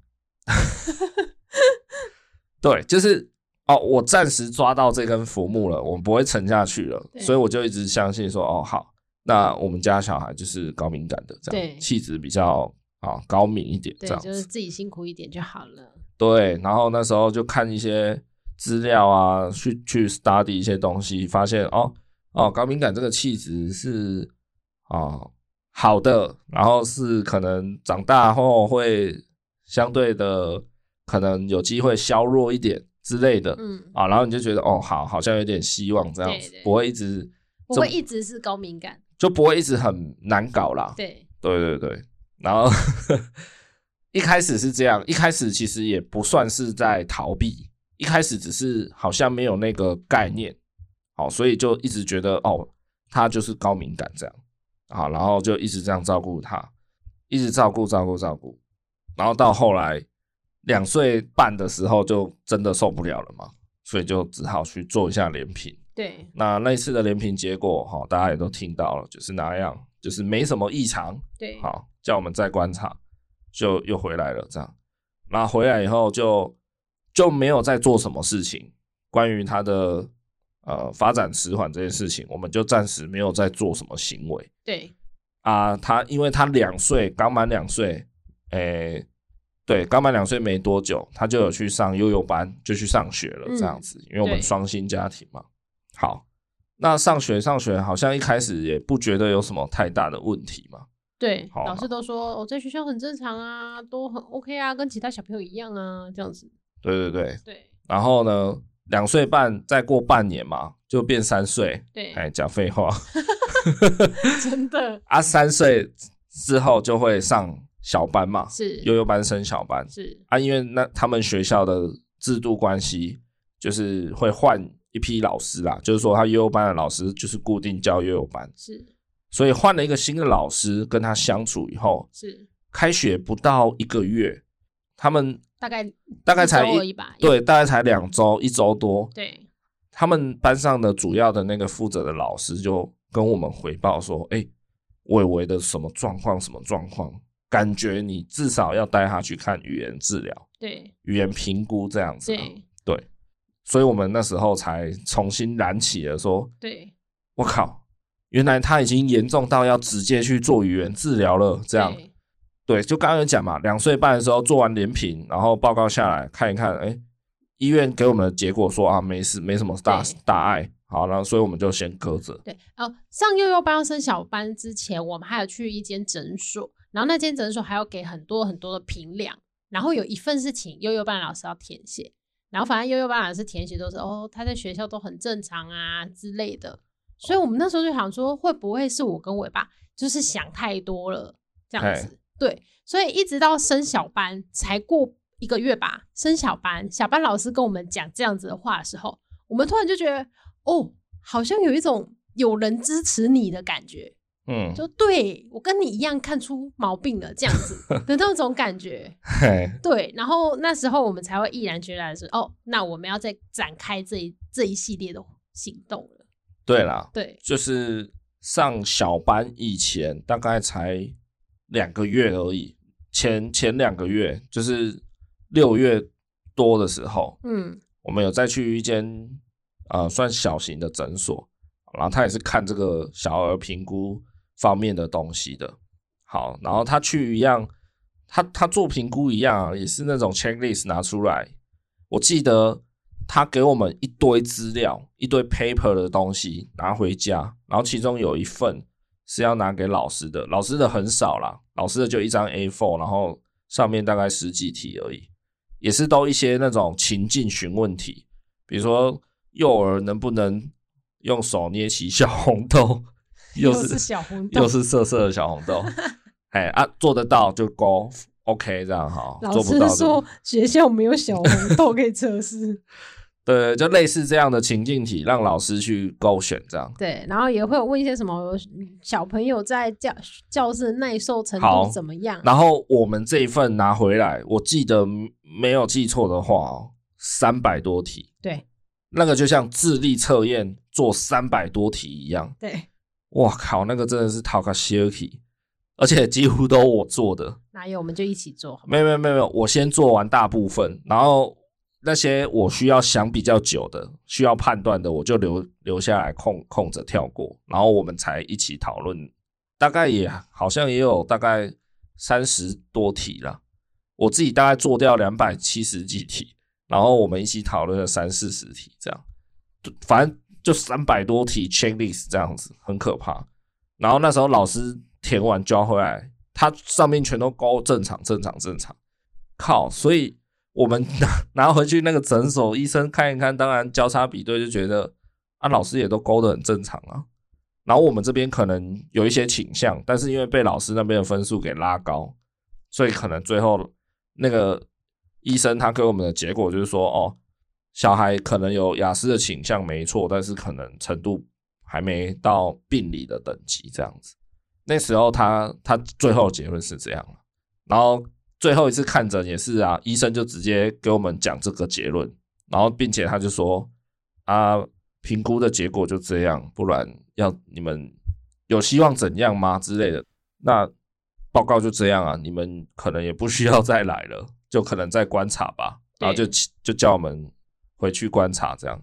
S2: 对，就是哦，我暂时抓到这根浮木了，我不会沉下去了，
S3: 对
S2: 所以我就一直相信说，哦，好，那我们家小孩就是高敏感的，这
S3: 对
S2: 样气质比较啊、高敏一点，这
S3: 对，
S2: 样
S3: 就是
S2: 子。
S3: 自己辛苦一点就好了。
S2: 对，然后那时候就看一些资料啊，去去 study 一些东西，发现哦哦，高敏感这个气质是啊、好的，然后是可能长大后会相对的可能有机会削弱一点之类的，
S3: 嗯，
S2: 啊，然后你就觉得哦，好，好像有点希望这样子，
S3: 对对
S2: 不会一直
S3: 我
S2: 这
S3: 会一直是高敏感，
S2: 就不会一直很难搞啦。
S3: 对
S2: 对对对，然后 一开始是这样，一开始其实也不算是在逃避，一开始只是好像没有那个概念，好，所以就一直觉得哦，他就是高敏感这样，啊，然后就一直这样照顾他，一直照顾照顾照顾，然后到后来两岁半的时候就真的受不了了嘛，所以就只好去做一下连评。
S3: 对
S2: 那那一次的连评结果哈、大家也都听到了，就是那样，就是没什么异常，
S3: 对，
S2: 好，叫我们再观察，就又回来了这样。那回来以后就就没有再做什么事情，关于他的呃发展迟缓这件事情，我们就暂时没有在做什么行为
S3: 对，
S2: 啊。他因为他两岁，刚满两岁，诶、对，刚满两岁没多久，他就有去上幼幼班，就去上学了
S3: 嗯
S2: 这样子，因为我们
S3: 对
S2: 双薪家庭嘛。好，那上学上学好像一开始也不觉得有什么太大的问题嘛。
S3: 对，
S2: 好
S3: 老
S2: 嘛
S3: 师都说我、哦、在学校很正常啊，都很 OK 啊，跟其他小朋友一样啊，这样子。
S2: 对对对，
S3: 对
S2: 然后呢，两岁半再过半年嘛，就变三岁。
S3: 对，
S2: 哎，讲废话
S3: 真的
S2: 啊！三岁之后就会上小班嘛，
S3: 是
S2: 幼幼班升小班
S3: 是
S2: 啊，因为那他们学校的制度关系，就是会换一批老师啦，就是说他幼幼班的老师就是固定教幼幼班，
S3: 是
S2: 所以换了一个新的老师跟他相处以后，
S3: 是，
S2: 开学不到一个月，他们
S3: 大概
S2: 大概才
S3: 一周而
S2: 一
S3: 已吧。
S2: 对，大概才两周，一周多，
S3: 对
S2: 他们班上的主要的那个负责的老师就跟我们回报说：“哎、伟伟的什么状况？什么状况？感觉你至少要带他去看语言治疗、
S3: 对
S2: 语言评估这样子啊、
S3: 对
S2: 对，所以我们那时候才重新燃起了说
S3: 对，：“
S2: 我靠，原来他已经严重到要直接去做语言治疗了。”这样
S3: 对
S2: 对，就刚刚有讲嘛，两岁半的时候做完联评，然后报告下来看一看，哎，医院给我们的结果说啊，没事，没什么大
S3: 对
S2: 大碍，好，然后所以我们就先搁着。
S3: 对哦，上幼幼班要升小班之前，我们还有去一间诊所，然后那间诊所还要给很多很多的评量，然后有一份是请幼幼班老师要填写，然后反正幼幼班老师填写都是哦，他在学校都很正常啊之类的，所以我们那时候就想说，会不会是我跟伟爸就是想太多了这样
S2: 哎
S3: 子？对，所以一直到升小班才过一个月吧，升小班，小班老师跟我们讲这样子的话的时候，我们突然就觉得，哦，好像有一种有人支持你的感觉，
S2: 嗯，
S3: 就对我跟你一样看出毛病了这样子的那种感觉。
S2: 嘿，
S3: 对，然后那时候我们才会毅然决然地说，哦，那我们要再展开这一这一系列的行动了。
S2: 对啦，
S3: 对，
S2: 就是上小班以前大概才两个月而已，前前两个月就是六月多的时候，
S3: 嗯，
S2: 我们有再去一间呃算小型的诊所，然后他也是看这个小儿评估方面的东西的。好，然后他去一样，他他做评估一样、啊，也是那种 checklist 拿出来。我记得他给我们一堆资料，一堆 paper 的东西拿回家，然后其中有一份是要拿给老师的，老师的很少啦，老师的就一张 A4，然后上面大概十几题而已。也是都一些那种情境询问题，比如说幼儿能不能用手捏起小红豆，又是
S3: 小红
S2: 又是色色的小红 豆，哎啊，做得到就勾，OK 这样好，
S3: 老
S2: 做不
S3: 师
S2: 到就
S3: 说学校没有小红豆可以 测试，
S2: 对，就类似这样的情境题，让老师去勾选这样。
S3: 对，然后也会有问一些什么嗯小朋友在教教室耐受程
S2: 好
S3: 度怎么样？
S2: 然后我们这一份拿回来，我记得没有记错的话哦，三百多题，
S3: 对
S2: 那个就像智力测验做三百多题一样，
S3: 对，
S2: 哇靠，那个真的是 t a k a s h i k i 而且几乎都我做的，
S3: 哪有我们就一起做好吗？
S2: 没有没有没有没有，我先做完大部分，然后那些我需要想比较久的、需要判断的，我就留留下来空空着跳过，然后我们才一起讨论，大概也好像也有大概三十多题了，我自己大概做掉两百七十几题，然后我们一起讨论了三四十题这样，就反正就三百多题 checklist 这样子，很可怕。然后那时候老师填完交回来，他上面全都勾正常、正常、正常。靠！所以我们拿 拿回去那个诊所，医生看一看，当然交叉比对就觉得啊，老师也都勾的很正常啊。然后我们这边可能有一些倾向，但是因为被老师那边的分数给拉高，所以可能最后那个医生他给我们的结果就是说，哦，小孩可能有雅思的倾向没错，但是可能程度还没到病理的等级这样子。那时候他他最后结论是这样了，然后最后一次看诊也是啊，医生就直接给我们讲这个结论，然后并且他就说啊，评估的结果就这样，不然要你们有希望怎样吗之类的，那报告就这样啊，你们可能也不需要再来了，就可能再观察吧，然后就
S3: 对
S2: 就叫我们回去观察这样。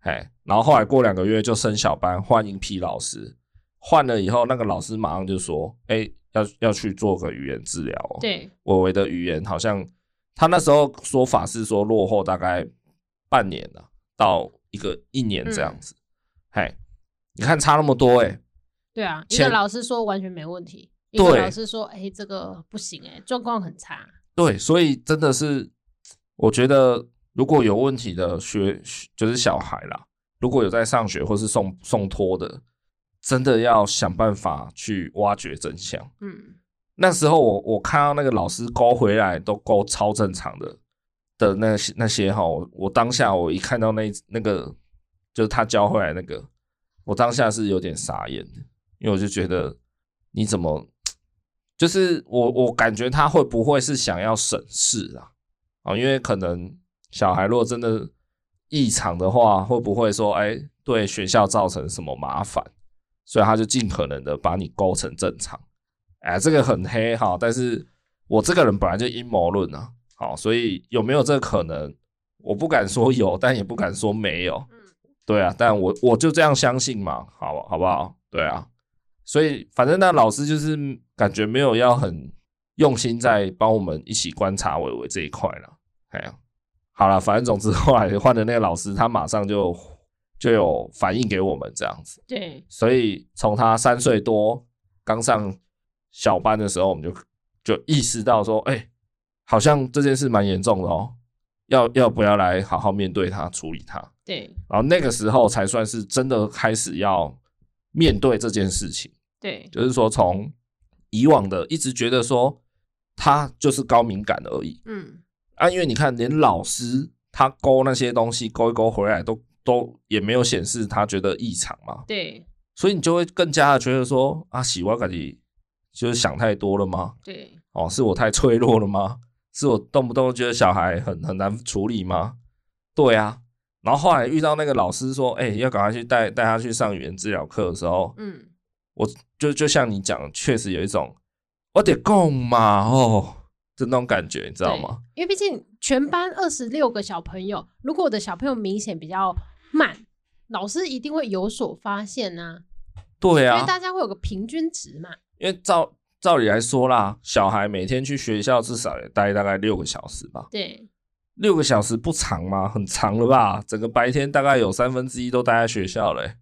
S2: 哎，然后后来过两个月就升小班，换一批老师，换了以后，那个老师马上就说，哎，要要去做个语言治疗、哦，
S3: 对，
S2: 我为的语言好像他那时候说法是说落后大概半年了、到一个一年这样子，嘿，你看差那么多哎、
S3: 对啊，一
S2: 前
S3: 个老师说完全没问题，一个
S2: 对
S3: 老师说，哎、这个不行、哎，状况很差。
S2: 对，所以真的是，我觉得如果有问题的学就是小孩啦，如果有在上学或是送送托的，真的要想办法去挖掘真相。
S3: 嗯，
S2: 那时候我我看到那个老师勾回来都勾超正常的的那些那些哈，我我当下我一看到那一那个就是他教回来那个，我当下是有点傻眼的，因为我就觉得你怎么就是我我感觉他会不会是想要省事啊？啊，因为可能小孩如果真的异常的话，会不会说哎对学校造成什么麻烦？所以他就尽可能的把你勾成正常。哎，这个很黑哈，但是我这个人本来就阴谋论啊，好，所以有没有这个可能，我不敢说有，但也不敢说没有，对啊，但我我就这样相信嘛，好不好不好？对啊，所以反正那老师就是感觉没有要很用心在帮我们一起观察伟伟这一块了，哎呀，好了，反正总之后来换的那个老师，他马上就就有反应给我们这样子。
S3: 对，
S2: 所以从他三岁多刚上小班的时候，我们就就意识到说，哎、好像这件事蛮严重的哦，要要不要来好好面对它、处理它？
S3: 对，
S2: 然后那个时候才算是真的开始要面对这件事情，
S3: 对，
S2: 就是说从以往的一直觉得说他就是高敏感而已，
S3: 嗯，
S2: 啊，因为你看，连老师他勾那些东西勾一勾回来都都也没有显示他觉得异常嘛，
S3: 对，
S2: 所以你就会更加的觉得说啊，喜欢感觉就是想太多了吗？
S3: 对，
S2: 哦，是我太脆弱了吗？是我动不动觉得小孩很很难处理吗？对啊，然后后来遇到那个老师说，哎、要赶快去带带他去上语言治疗课的时候，
S3: 嗯，
S2: 就就像你讲的，确实有一种我得供嘛哦，就那种感觉，你知
S3: 知
S2: 道吗？？
S3: 因为毕竟全班二十六个小朋友，如果我的小朋友明显比较慢，老师一定会有所发现呐、
S2: 对
S3: 因
S2: 啊，
S3: 为大家会有个平均值嘛。
S2: 因为照照理来说啦，小孩每天去学校至少也待大概六个小时吧，
S3: 对，
S2: 六个小时不长吗？很长了吧？整个白天大概有三分之一都待在学校嘞、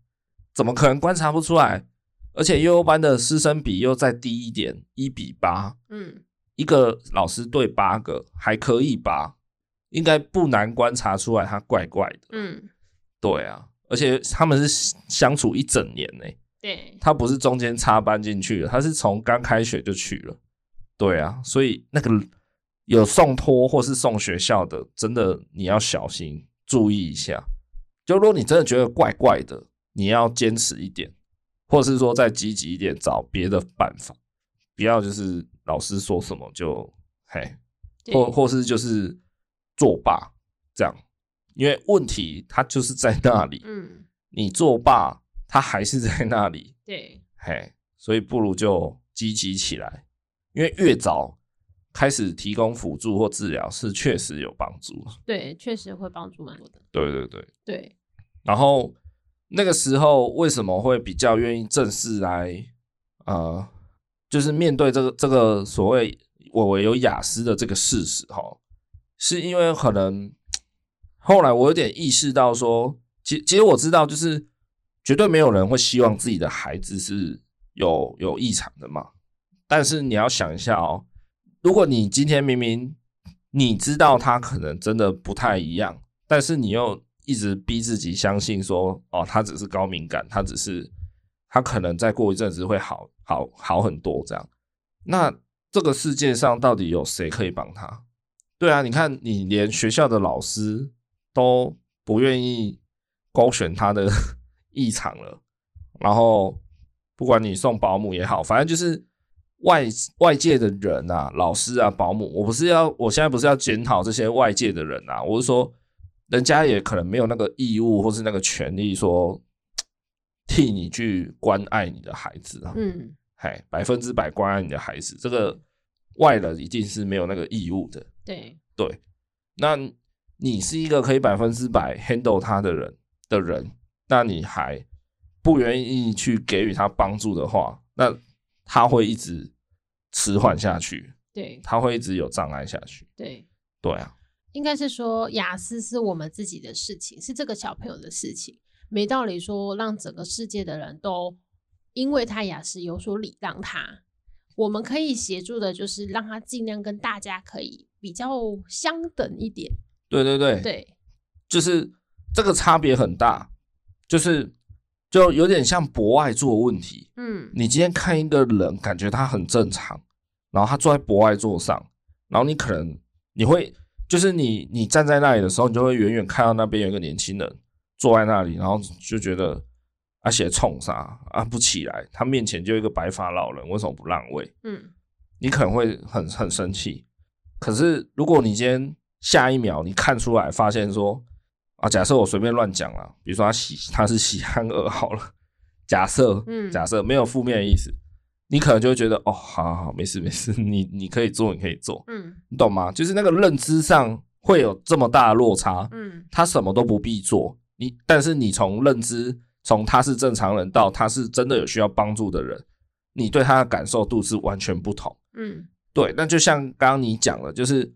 S2: 怎么可能观察不出来？而且幼幼班的师生比又再低一点，一比八，
S3: 嗯，
S2: 一个老师对八个，还可以吧？应该不难观察出来他怪怪的。
S3: 嗯，
S2: 对啊，而且他们是相处一整年欸呢、
S3: 对，
S2: 他不是中间插班进去的，他是从刚开学就去了。对啊，所以那个有送托或是送学校的，真的你要小心注意一下。就如果你真的觉得怪怪的，你要坚持一点，或是说再积极一点，找别的办法，不要就是老师说什么就嘿，
S3: 对
S2: 或或是就是作罢这样，因为问题它就是在那里，
S3: 嗯，
S2: 你作罢，它还是在那里，
S3: 对，
S2: 嘿，所以不如就积极起来，因为越早开始提供辅助或治疗是确实有帮助啊的。
S3: 对，确实会帮助蛮多的。
S2: 对对对。
S3: 对，
S2: 然后那个时候为什么会比较愿意正式来，呃，就是面对这个这个所谓我我有雅思的这个事实哈，是因为可能后来我有点意识到说，其其实我知道就是绝对没有人会希望自己的孩子是有有异常的嘛，但是你要想一下哦，如果你今天明明你知道他可能真的不太一样，但是你又一直逼自己相信说，哦，他只是高敏感，他只是他可能再过一阵子会好好好很多这样。那这个世界上到底有谁可以帮他？对啊，你看，你连学校的老师都不愿意勾选他的 异常了，然后不管你送保姆也好，反正就是外外界的人啊，老师啊，保姆，我不是要，我现在不是要检讨这些外界的人啊，我是说，人家也可能没有那个义务或是那个权利说替你去关爱你的孩子啊，
S3: 嗯，
S2: 嗨，百分之百关爱你的孩子，这个外人一定是没有那个义务的。
S3: 对，
S2: 对，那你是一个可以百分之百 handle 他的人，的人，那你还不愿意去给予他帮助的话，那他会一直迟缓下去，
S3: 对
S2: 他会一直有障碍下去。
S3: 对，
S2: 对啊，
S3: 应该是说雅思是我们自己的事情，是这个小朋友的事情，没道理说让整个世界的人都因为他雅思有所礼让他。我们可以协助的就是让他尽量跟大家可以比较相等一点，
S2: 对对对，
S3: 对
S2: 就是这个差别很大，就是就有点像博爱做问题。
S3: 嗯，
S2: 你今天看一个人，感觉他很正常，然后他坐在博爱座上，然后你可能你会就是你你站在那里的时候，你就会远远看到那边有一个年轻人坐在那里，然后就觉得啊，写冲啥啊不起来，他面前就有一个白发老人，为什么不让位？
S3: 嗯，
S2: 你可能会很很生气。可是如果你今天下一秒你看出来，发现说啊，假设我随便乱讲了，比如说他喜他是喜憨儿好了，假设，
S3: 嗯
S2: 假设没有负面的意思，你可能就会觉得哦，好好好，没事没事，你你可以做，你可以做，
S3: 嗯
S2: 你懂吗？就是那个认知上会有这么大的落差，
S3: 嗯
S2: 他什么都不必做，你但是你从认知，从他是正常人到他是真的有需要帮助的人，你对他的感受度是完全不同。
S3: 嗯
S2: 对，那就像刚刚你讲的，就是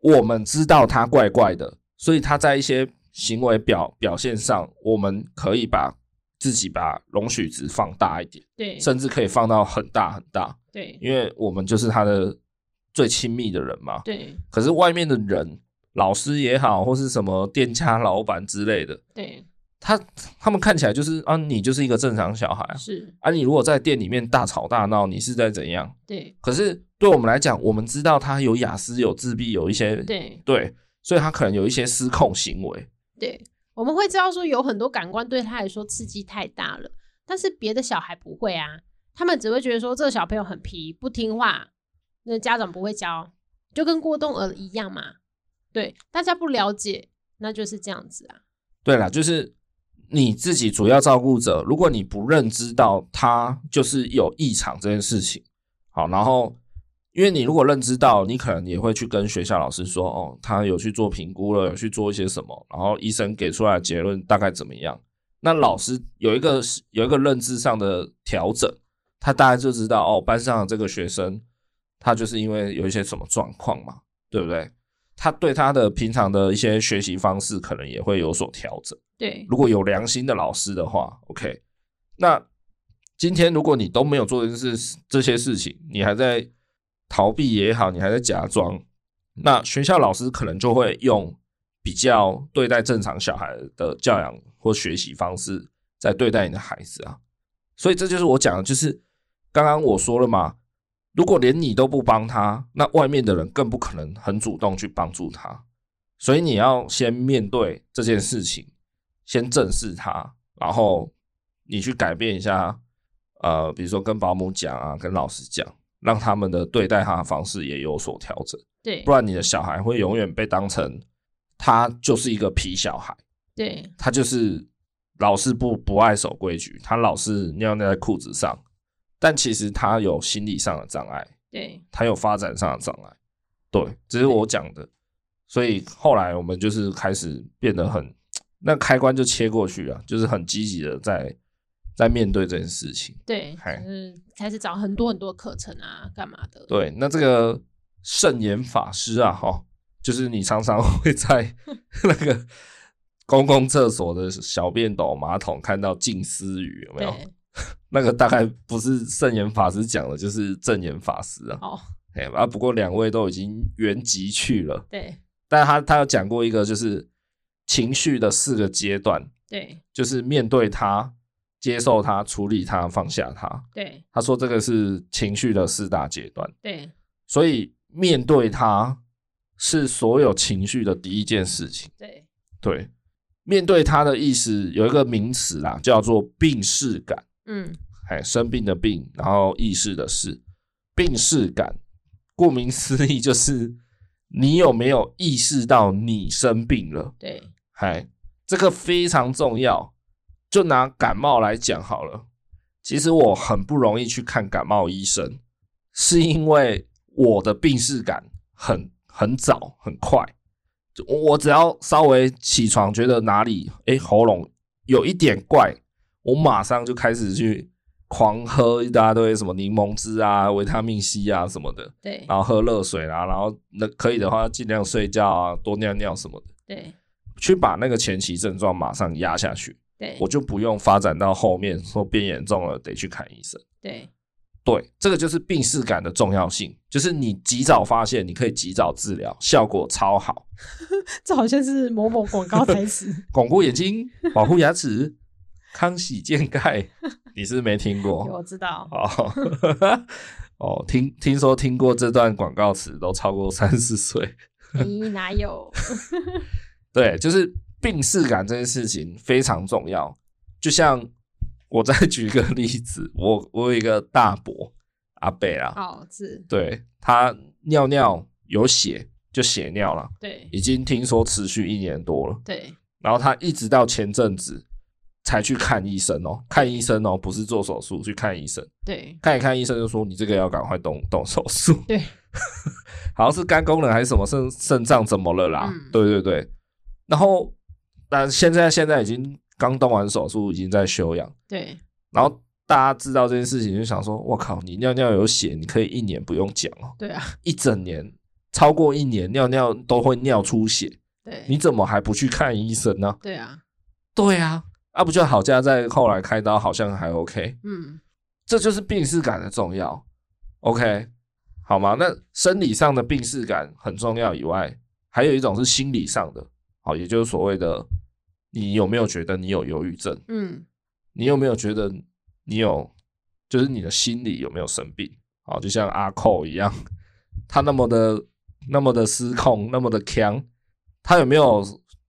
S2: 我们知道他怪怪的，所以他在一些行为表表现上，我们可以把自己把容许值放大一点，
S3: 对
S2: 甚至可以放到很大很大，
S3: 对
S2: 因为我们就是他的最亲密的人嘛。
S3: 对
S2: 可是外面的人，老师也好，或是什么店家老板之类的，
S3: 对
S2: 他他们看起来就是啊，你就是一个正常小孩啊，
S3: 是，
S2: 啊你如果在店里面大吵大闹，你是在怎样？
S3: 对
S2: 可是对我们来讲，我们知道他有雅思、有自闭、有一些
S3: 对
S2: 对所以他可能有一些失控行为。
S3: 对，我们会知道说有很多感官对他来说刺激太大了，但是别的小孩不会啊，他们只会觉得说这个小朋友很皮不听话，那家长不会教，就跟过动儿一样嘛。对，大家不了解，那就是这样子啊。
S2: 对啦，就是你自己主要照顾者，如果你不认知到他就是有异常这件事情，好，然后因为你如果认知到，你可能也会去跟学校老师说，哦，他有去做评估了，有去做一些什么，然后医生给出来的结论大概怎么样。那老师有一个有一个认知上的调整，他大概就知道哦，班上的这个学生他就是因为有一些什么状况嘛，对不对？他对他的平常的一些学习方式可能也会有所调整。
S3: 对
S2: 如果有良心的老师的话，OK。那今天如果你都没有做的是这些事情，你还在逃避也好，你还在假装，那学校老师可能就会用比较对待正常小孩的教养或学习方式在对待你的孩子啊。所以这就是我讲的，就是刚刚我说了嘛，如果连你都不帮他，那外面的人更不可能很主动去帮助他。所以你要先面对这件事情，先正视它，然后你去改变一下，呃，比如说跟保姆讲啊，跟老师讲，让他们的对待他的方式也有所调整，
S3: 对
S2: 不然你的小孩会永远被当成他就是一个皮小孩，
S3: 对
S2: 他就是老是不不爱守规矩，他老是尿尿在裤子上，但其实他有心理上的障碍，
S3: 对
S2: 他有发展上的障碍。对，这是我讲的，所以后来我们就是开始变得很，那开关就切过去啊，就是很积极的在在面对这件事情。
S3: 对，
S2: 嗨
S3: 就是开始找很多很多课程啊，干嘛的？
S2: 对，那这个圣严法师啊，哈、就是你常 常会在那个公共厕所的小便斗马桶看到静思语，有没有？
S3: 对
S2: 那个大概不是圣严法师讲的，就是正言法师啊。
S3: 哦，
S2: 哎，啊，不过两位都已经原籍去了。
S3: 对
S2: 但他他有讲过一个，就是情绪的四个阶段，
S3: 对
S2: 就是面对它、接受它、处理它、放下它。
S3: 对
S2: 他说这个是情绪的四大阶段，
S3: 对
S2: 所以面对它是所有情绪的第一件事情。
S3: 对，
S2: 对，面对它的意思有一个名词啦，叫做病视感，
S3: 嗯
S2: 哎，生病的病，然后意识的事，病视感，顾名思义就是你有没有意识到你生病了。
S3: 对
S2: 嗨，这个非常重要。就拿感冒来讲好了，其实我很不容易去看感冒医生，是因为我的病视感很很早很快，就我我只要稍微起床觉得哪里诶喉咙有一点怪，我马上就开始去狂喝一大堆什么柠檬汁啊、维他命 C 啊什么的，
S3: 对
S2: 然后喝热水啦、然后那可以的话尽量睡觉啊，多尿尿什么的，
S3: 对
S2: 去把那个前期症状马上压下去，
S3: 对
S2: 我就不用发展到后面说变严重了得去看医生。
S3: 对
S2: 对，这个就是病视感的重要性，就是你及早发现，你可以及早治疗，效果超好，，
S3: 这好像是某某广告台词
S2: 巩固眼睛，保护牙齿，康喜健钙。你是不是没听
S3: 有
S2: 过
S3: 我知道，
S2: 哦 哦，听听说听过这段广告词都超过三十岁。
S3: 你哪 有？
S2: 对，就是病视感这件事情非常重要。就像我再举一个例子，我我有一个大伯阿贝啦，
S3: 好是，
S2: 对他尿尿有血就血尿了，
S3: 对
S2: 已经听说持续一年多了。
S3: 对
S2: 然后他一直到前阵子才去看医生哦，看医生哦，不是做手术，去看医生，
S3: 对
S2: 看一看医生就说你这个要赶快动动手术，
S3: 对，
S2: 好像是肝功能还是什么肾肾脏怎么了啦？
S3: 嗯
S2: 对对对，然后但现在现在已经刚动完手术，已经在休养，
S3: 对
S2: 然后。大家知道这件事情，就想说：“我靠，你尿尿有血，你可以一年不用讲哦。”
S3: 对啊，
S2: 一整年，超过一年尿尿都会尿出血，你
S3: 对
S2: 怎么还不去看医生呢？
S3: 对啊，
S2: 对啊，啊不就好家在后来开刀好像还 OK，
S3: 嗯，
S2: 这就是病视感的重要，OK，好吗？那生理上的病视感很重要以外，还有一种是心理上的，好，也就是所谓的你有没有觉得你有忧郁症？
S3: 嗯，
S2: 你有没有觉得你有，就是你的心理有没有生病？啊，就像阿寇一样，他那么的、那么的失控，那么的强，他有没有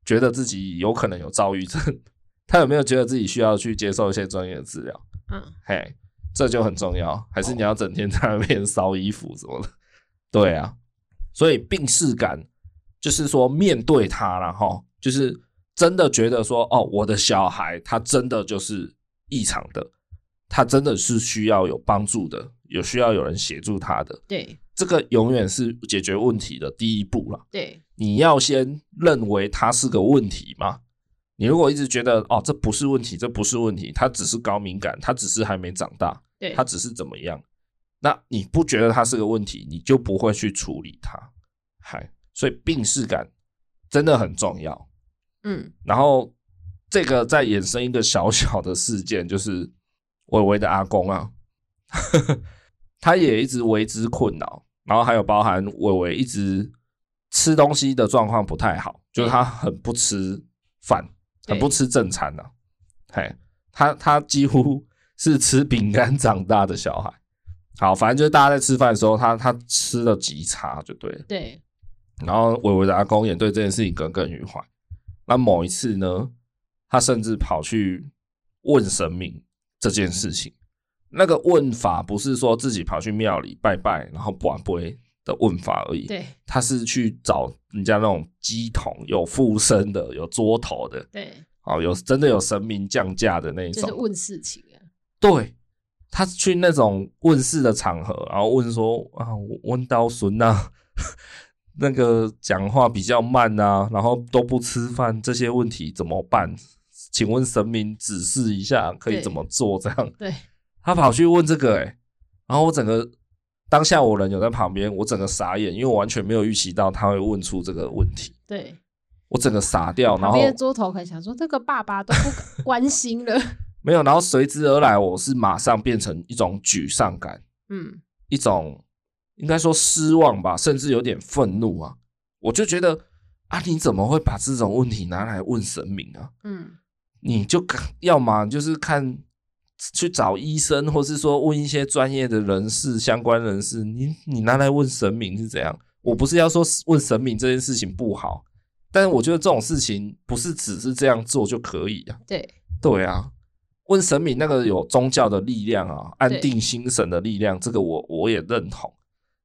S2: 觉得自己有可能有躁郁症？ 他有没有觉得自己需要去接受一些专业的治疗？
S3: 嗯，
S2: 嘿，这就很重要。还是你要整天在那边烧衣服什么的？对啊，所以病视感就是说面对它然后就是真的觉得说，哦，我的小孩他真的就是异常的，他真的是需要有帮助的，有需要有人协助他的。
S3: 对
S2: 这个永远是解决问题的第一步啦。
S3: 对
S2: 你要先认为它是个问题吗？你如果一直觉得哦，这不是问题，这不是问题，它只是高敏感，它只是还没长大，
S3: 对，
S2: 它只是怎么样？那你不觉得它是个问题，你就不会去处理它。嗨，所以病视感真的很重要。
S3: 嗯
S2: 然后这个再衍生一个小小的事件，就是伟伟的阿公啊，他也一直为之困扰，然后还有包含伟伟一直吃东西的状况不太好，就是他很不吃饭，
S3: 对
S2: 很不吃正餐呐、啊，嘿，他他几乎是吃饼干长大的小孩。好，反正就是大家在吃饭的时候，他他吃的极差就对了。
S3: 对
S2: 然后伟伟的阿公也对这件事情耿耿于怀。那某一次呢，他甚至跑去问神明这件事情。那个问法不是说自己跑去庙里拜拜，然后卜杯的问法而已，
S3: 对
S2: 他是去找人家那种鸡桶，有附身的，有桌头的，
S3: 对，
S2: 哦，有真的有神明降价的那一
S3: 就
S2: 种
S3: 是。问事情啊，
S2: 对，他去那种问世的场合，然后问说啊，我问到孙呐， 那个讲话比较慢啊，然后都不吃饭，这些问题怎么办？请问神明指示一下，可以
S3: 对
S2: 怎么做？这样，
S3: 对
S2: 他跑去问这个、欸，然后我整个当下我人有在旁边，我整个傻眼，因为我完全没有预期到他会问出这个问题，
S3: 对，
S2: 我整个傻掉，然
S3: 旁
S2: 后
S3: 边的桌头可能想说这个爸爸都不 关心了，
S2: 没有，然后随之而来，我是马上变成一种沮丧感。
S3: 嗯
S2: 一种应该说失望吧，甚至有点愤怒啊。我就觉得啊，你怎么会把这种问题拿来问神明啊？
S3: 嗯
S2: 你就看要么就是看去找医生，或是说问一些专业的人士、相关人士。你你拿来问神明是怎样？我不是要说问神明这件事情不好，但是我觉得这种事情不是只是这样做就可以啊。
S3: 对
S2: 对啊，问神明那个有宗教的力量啊，安
S3: 对
S2: 定心神的力量，这个我我也认同。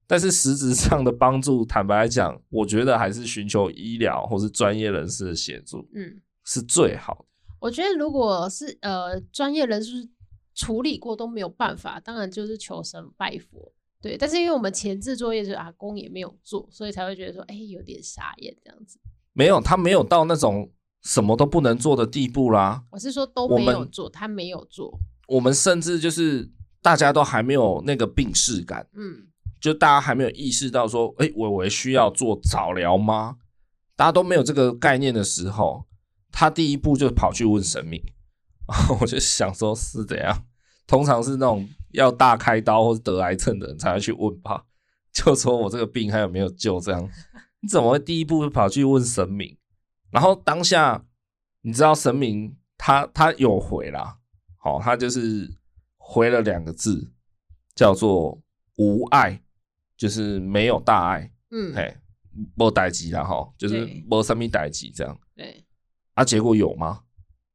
S2: 但是实质上的帮助，坦白来讲，我觉得还是寻求医疗或是专业人士的协助
S3: 嗯。
S2: 是最好的。
S3: 我觉得如果是呃专业人士处理过都没有办法，当然就是求神拜佛。对，但是因为我们前置作业就是阿公也没有做，所以才会觉得说，哎、有点傻眼这样子。
S2: 没有，他没有到那种什么都不能做的地步啦。
S3: 我是说都
S2: 我
S3: 没有
S2: 们
S3: 做，他没有做，
S2: 我们甚至就是大家都还没有那个病逝感，
S3: 嗯，
S2: 就大家还没有意识到说，哎、伟伟需要做早疗吗？大家都没有这个概念的时候，他第一步就跑去问神明， 我就想说是怎样？通常是那种要大开刀或是得癌症的人才会去问吧，就说我这个病还有没有救？这样你怎么会第一步就跑去问神明？然后当下你知道神明他他有回啦，好、他就是回了两个字，叫做无碍，就是没有大碍，
S3: 嗯，
S2: 嘿，没代志啦哈，就是
S3: 对
S2: 没什么代志这样。
S3: 对，
S2: 啊，结果有吗？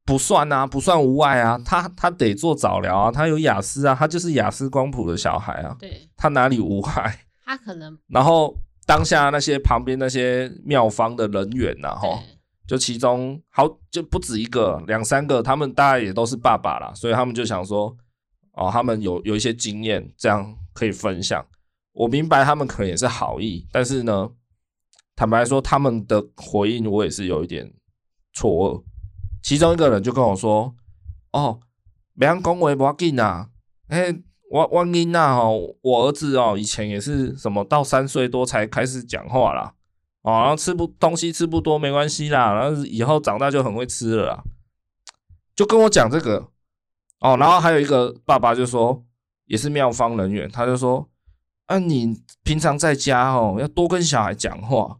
S2: 不算啊，不算无碍啊，他他得做早疗啊，他有雅思啊，他就是雅思光谱的小孩啊，
S3: 对
S2: 他哪里无害？
S3: 他可能
S2: 然后当下那些旁边那些妙方的人员呐、啊，哈，
S3: 对
S2: 就其中好就不止一个，两三个，他们大概也都是爸爸啦，所以他们就想说，哦，他们有有一些经验，这样可以分享。我明白他们可能也是好意，但是呢，坦白说，他们的回应我也是有一点错愕。其中一个人就跟我说：“哦，别人恭维不要紧啊，哎、我我囡呐吼，我儿子哦，以前也是什么到三岁多才开始讲话啦，哦，然后吃不东西吃不多没关系啦，然后以后长大就很会吃了啦，就跟我讲这个哦，然后还有一个爸爸就说也是妙方人员，他就说啊，你平常在家哦要多跟小孩讲话，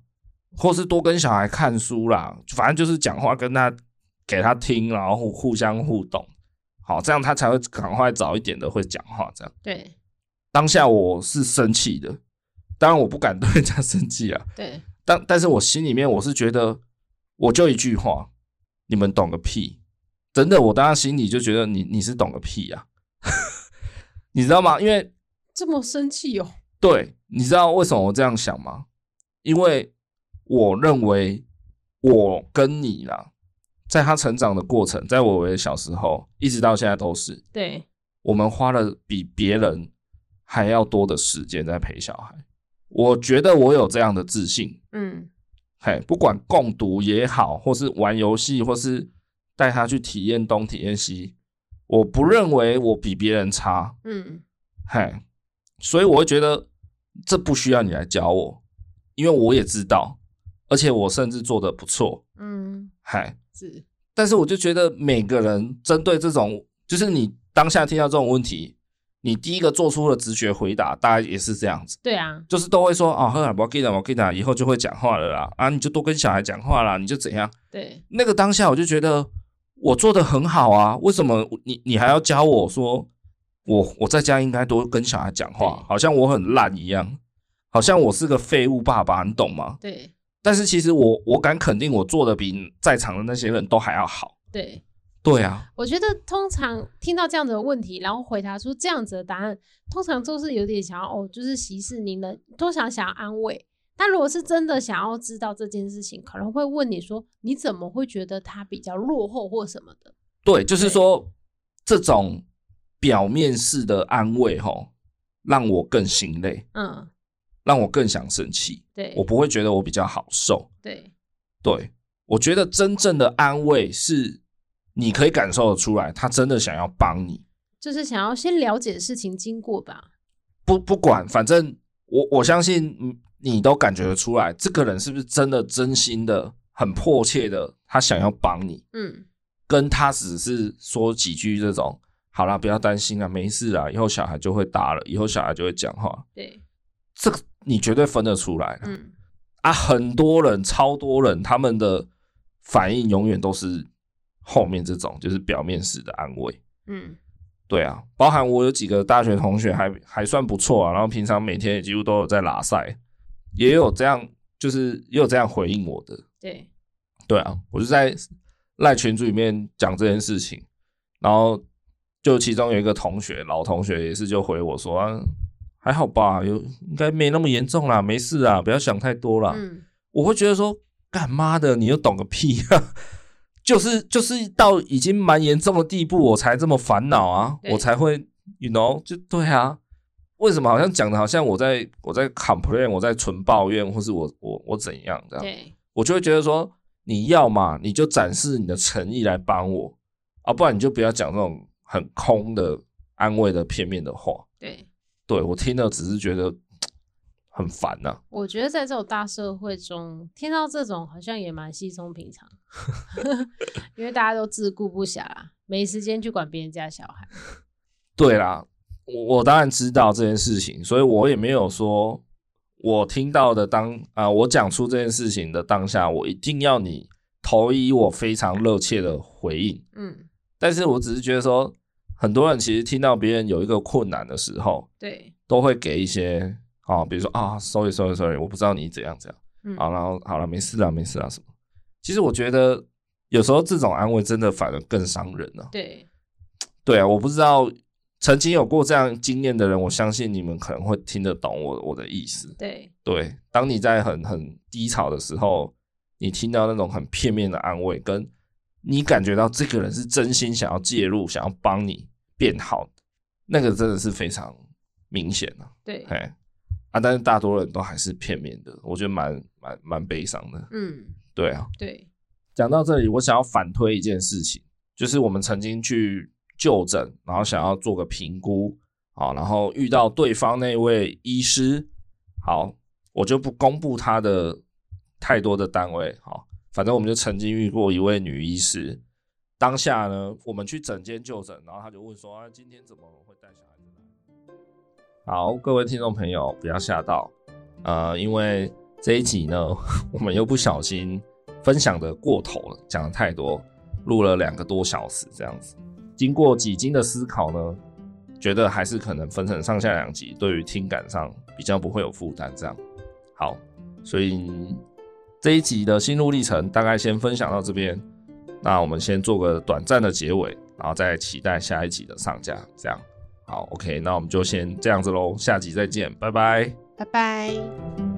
S2: 或是多跟小孩看书啦，反正就是讲话跟他给他听，然后互互相互动，好，这样他才会赶快早一点的会讲话这样。
S3: 对
S2: 当下我是生气的，当然我不敢对人家生气啊，
S3: 对
S2: 但但是我心里面我是觉得，我就一句话，你们懂个屁！真的，我当时心里就觉得你你是懂个屁啊， 你知道吗？因为
S3: 这么生气哦，
S2: 对，你知道为什么我这样想吗？因为我认为我跟你啦，在他成长的过程，在我为小时候一直到现在都是，
S3: 对
S2: 我们花了比别人还要多的时间在陪小孩。我觉得我有这样的自信，
S3: 嗯
S2: 嘿，不管共读也好，或是玩游戏，或是带他去体验东体验西，我不认为我比别人差，
S3: 嗯
S2: 嘿，所以我会觉得这不需要你来教我，因为我也知道，而且我甚至做得不错，
S3: 嗯
S2: 嘿，
S3: 是
S2: 但是我就觉得每个人针对这种，就是你当下听到这种问题，你第一个做出的直觉回答，大概也是这样子。
S3: 对啊
S2: 就是都会说哦，喝了不要给的，我给的，以后就会讲话了啦。啊，你就多跟小孩讲话啦，你就怎样？
S3: 对
S2: 那个当下我就觉得我做的很好啊，为什么你你还要教我说我我在家应该多跟小孩讲话
S3: 对，
S2: 好像我很烂一样，好像我是个废物爸爸，你懂吗？
S3: 对
S2: 但是其实我我敢肯定，我做的比在场的那些人都还要好。
S3: 对
S2: 对啊，
S3: 我觉得通常听到这样子的问题，然后回答出这样子的答案，通常都是有点想要哦，就是息事宁人，通常想要安慰。但如果是真的想要知道这件事情，可能会问你说你怎么会觉得他比较落后或什么的？
S2: 对，就是
S3: 对
S2: 说这种表面式的安慰，吼，让我更心累，
S3: 嗯，
S2: 让我更想生气。
S3: 对
S2: 我不会觉得我比较好受，
S3: 对
S2: 对，我觉得真正的安慰是你可以感受得出来，他真的想要帮你，
S3: 就是想要先了解事情经过吧。
S2: 不不管，反正我我相信你你都感觉得出来，这个人是不是真的真心的、很迫切的，他想要帮你，
S3: 嗯，
S2: 跟他只是说几句这种，好啦，不要担心啦，没事啦，以后小孩就会打了，以后小孩就会讲话，
S3: 对，
S2: 这个你绝对分得出来啦
S3: 嗯，
S2: 啊，很多人，超多人，他们的反应永远都是后面这种，就是表面式的安慰。
S3: 嗯，
S2: 对啊，包含我有几个大学同学还还算不错啊，然后平常每天也几乎都有在拉赛，也有这样，就是也有这样回应我的。
S3: 对，
S2: 对啊，我就在赖群组里面讲这件事情，然后就其中有一个同学，老同学也是就回我说、啊，还好吧，有应该没那么严重啦，没事啊，不要想太多啦。
S3: 嗯，
S2: 我会觉得说，干妈的，你又懂个屁啊！ 就是就是到已经蛮严重的地步，我才这么烦恼啊，
S3: 嗯对
S2: 我才会，you know，就对啊。为什么好像讲的好像我在我在 complain，我在纯抱怨，或是我我我怎样这样，
S3: 对，
S2: 我就会觉得说，你要嘛你就展示你的诚意来帮我啊，不然你就不要讲这种很空的安慰的片面的话。
S3: 对，
S2: 对我听了只是觉得很烦啊呐、
S3: 我觉得在这种大社会中，听到这种好像也蛮稀松平常， 因为大家都自顾不暇啦，没时间去管别人家小孩。
S2: 对啦，我我当然知道这件事情，所以我也没有说我听到的当啊、我讲出这件事情的当下，我一定要你投以我非常热切的回应。
S3: 嗯，
S2: 但是我只是觉得说，很多人其实听到别人有一个困难的时候，
S3: 对，
S2: 都会给一些啊，比如说啊，sorry sorry sorry，我不知道你怎样怎样。
S3: 嗯，
S2: 好，然后好了，没事啦，没事啦，什么？其实我觉得有时候这种安慰真的反而更伤人啊了、
S3: 对，
S2: 对啊，我不知道曾经有过这样经验的人，我相信你们可能会听得懂我我的意思。
S3: 对，
S2: 对，当你在很很低潮的时候，你听到那种很片面的安慰，跟你感觉到这个人是真心想要介入、想要帮你变好的，那个真的是非常明显的、啊。
S3: 对，
S2: 哎，啊，但是大多人都还是片面的，我觉得蛮蛮蛮悲伤的。
S3: 嗯，
S2: 对啊，
S3: 对，
S2: 讲到这里，我想要反推一件事情，就是我们曾经去就诊，然后想要做个评估，好，然后遇到对方那位医师，好，我就不公布他的太多的单位，好，反正我们就曾经遇过一位女医师，当下呢，我们去诊间就诊，然后他就问说，啊，今天怎么会带小孩子来？好，各位听众朋友，不要吓到，呃，因为这一集呢， 我们又不小心分享的过头了，讲的太多，录了两个多小时这样子。经过几经的思考呢，觉得还是可能分成上下两集，对于听感上比较不会有负担。这样好，所以这一集的心路历程大概先分享到这边。那我们先做个短暂的结尾，然后再期待下一集的上架。这样好，OK，那我们就先这样子喽，下集再见，拜拜。
S3: 拜拜。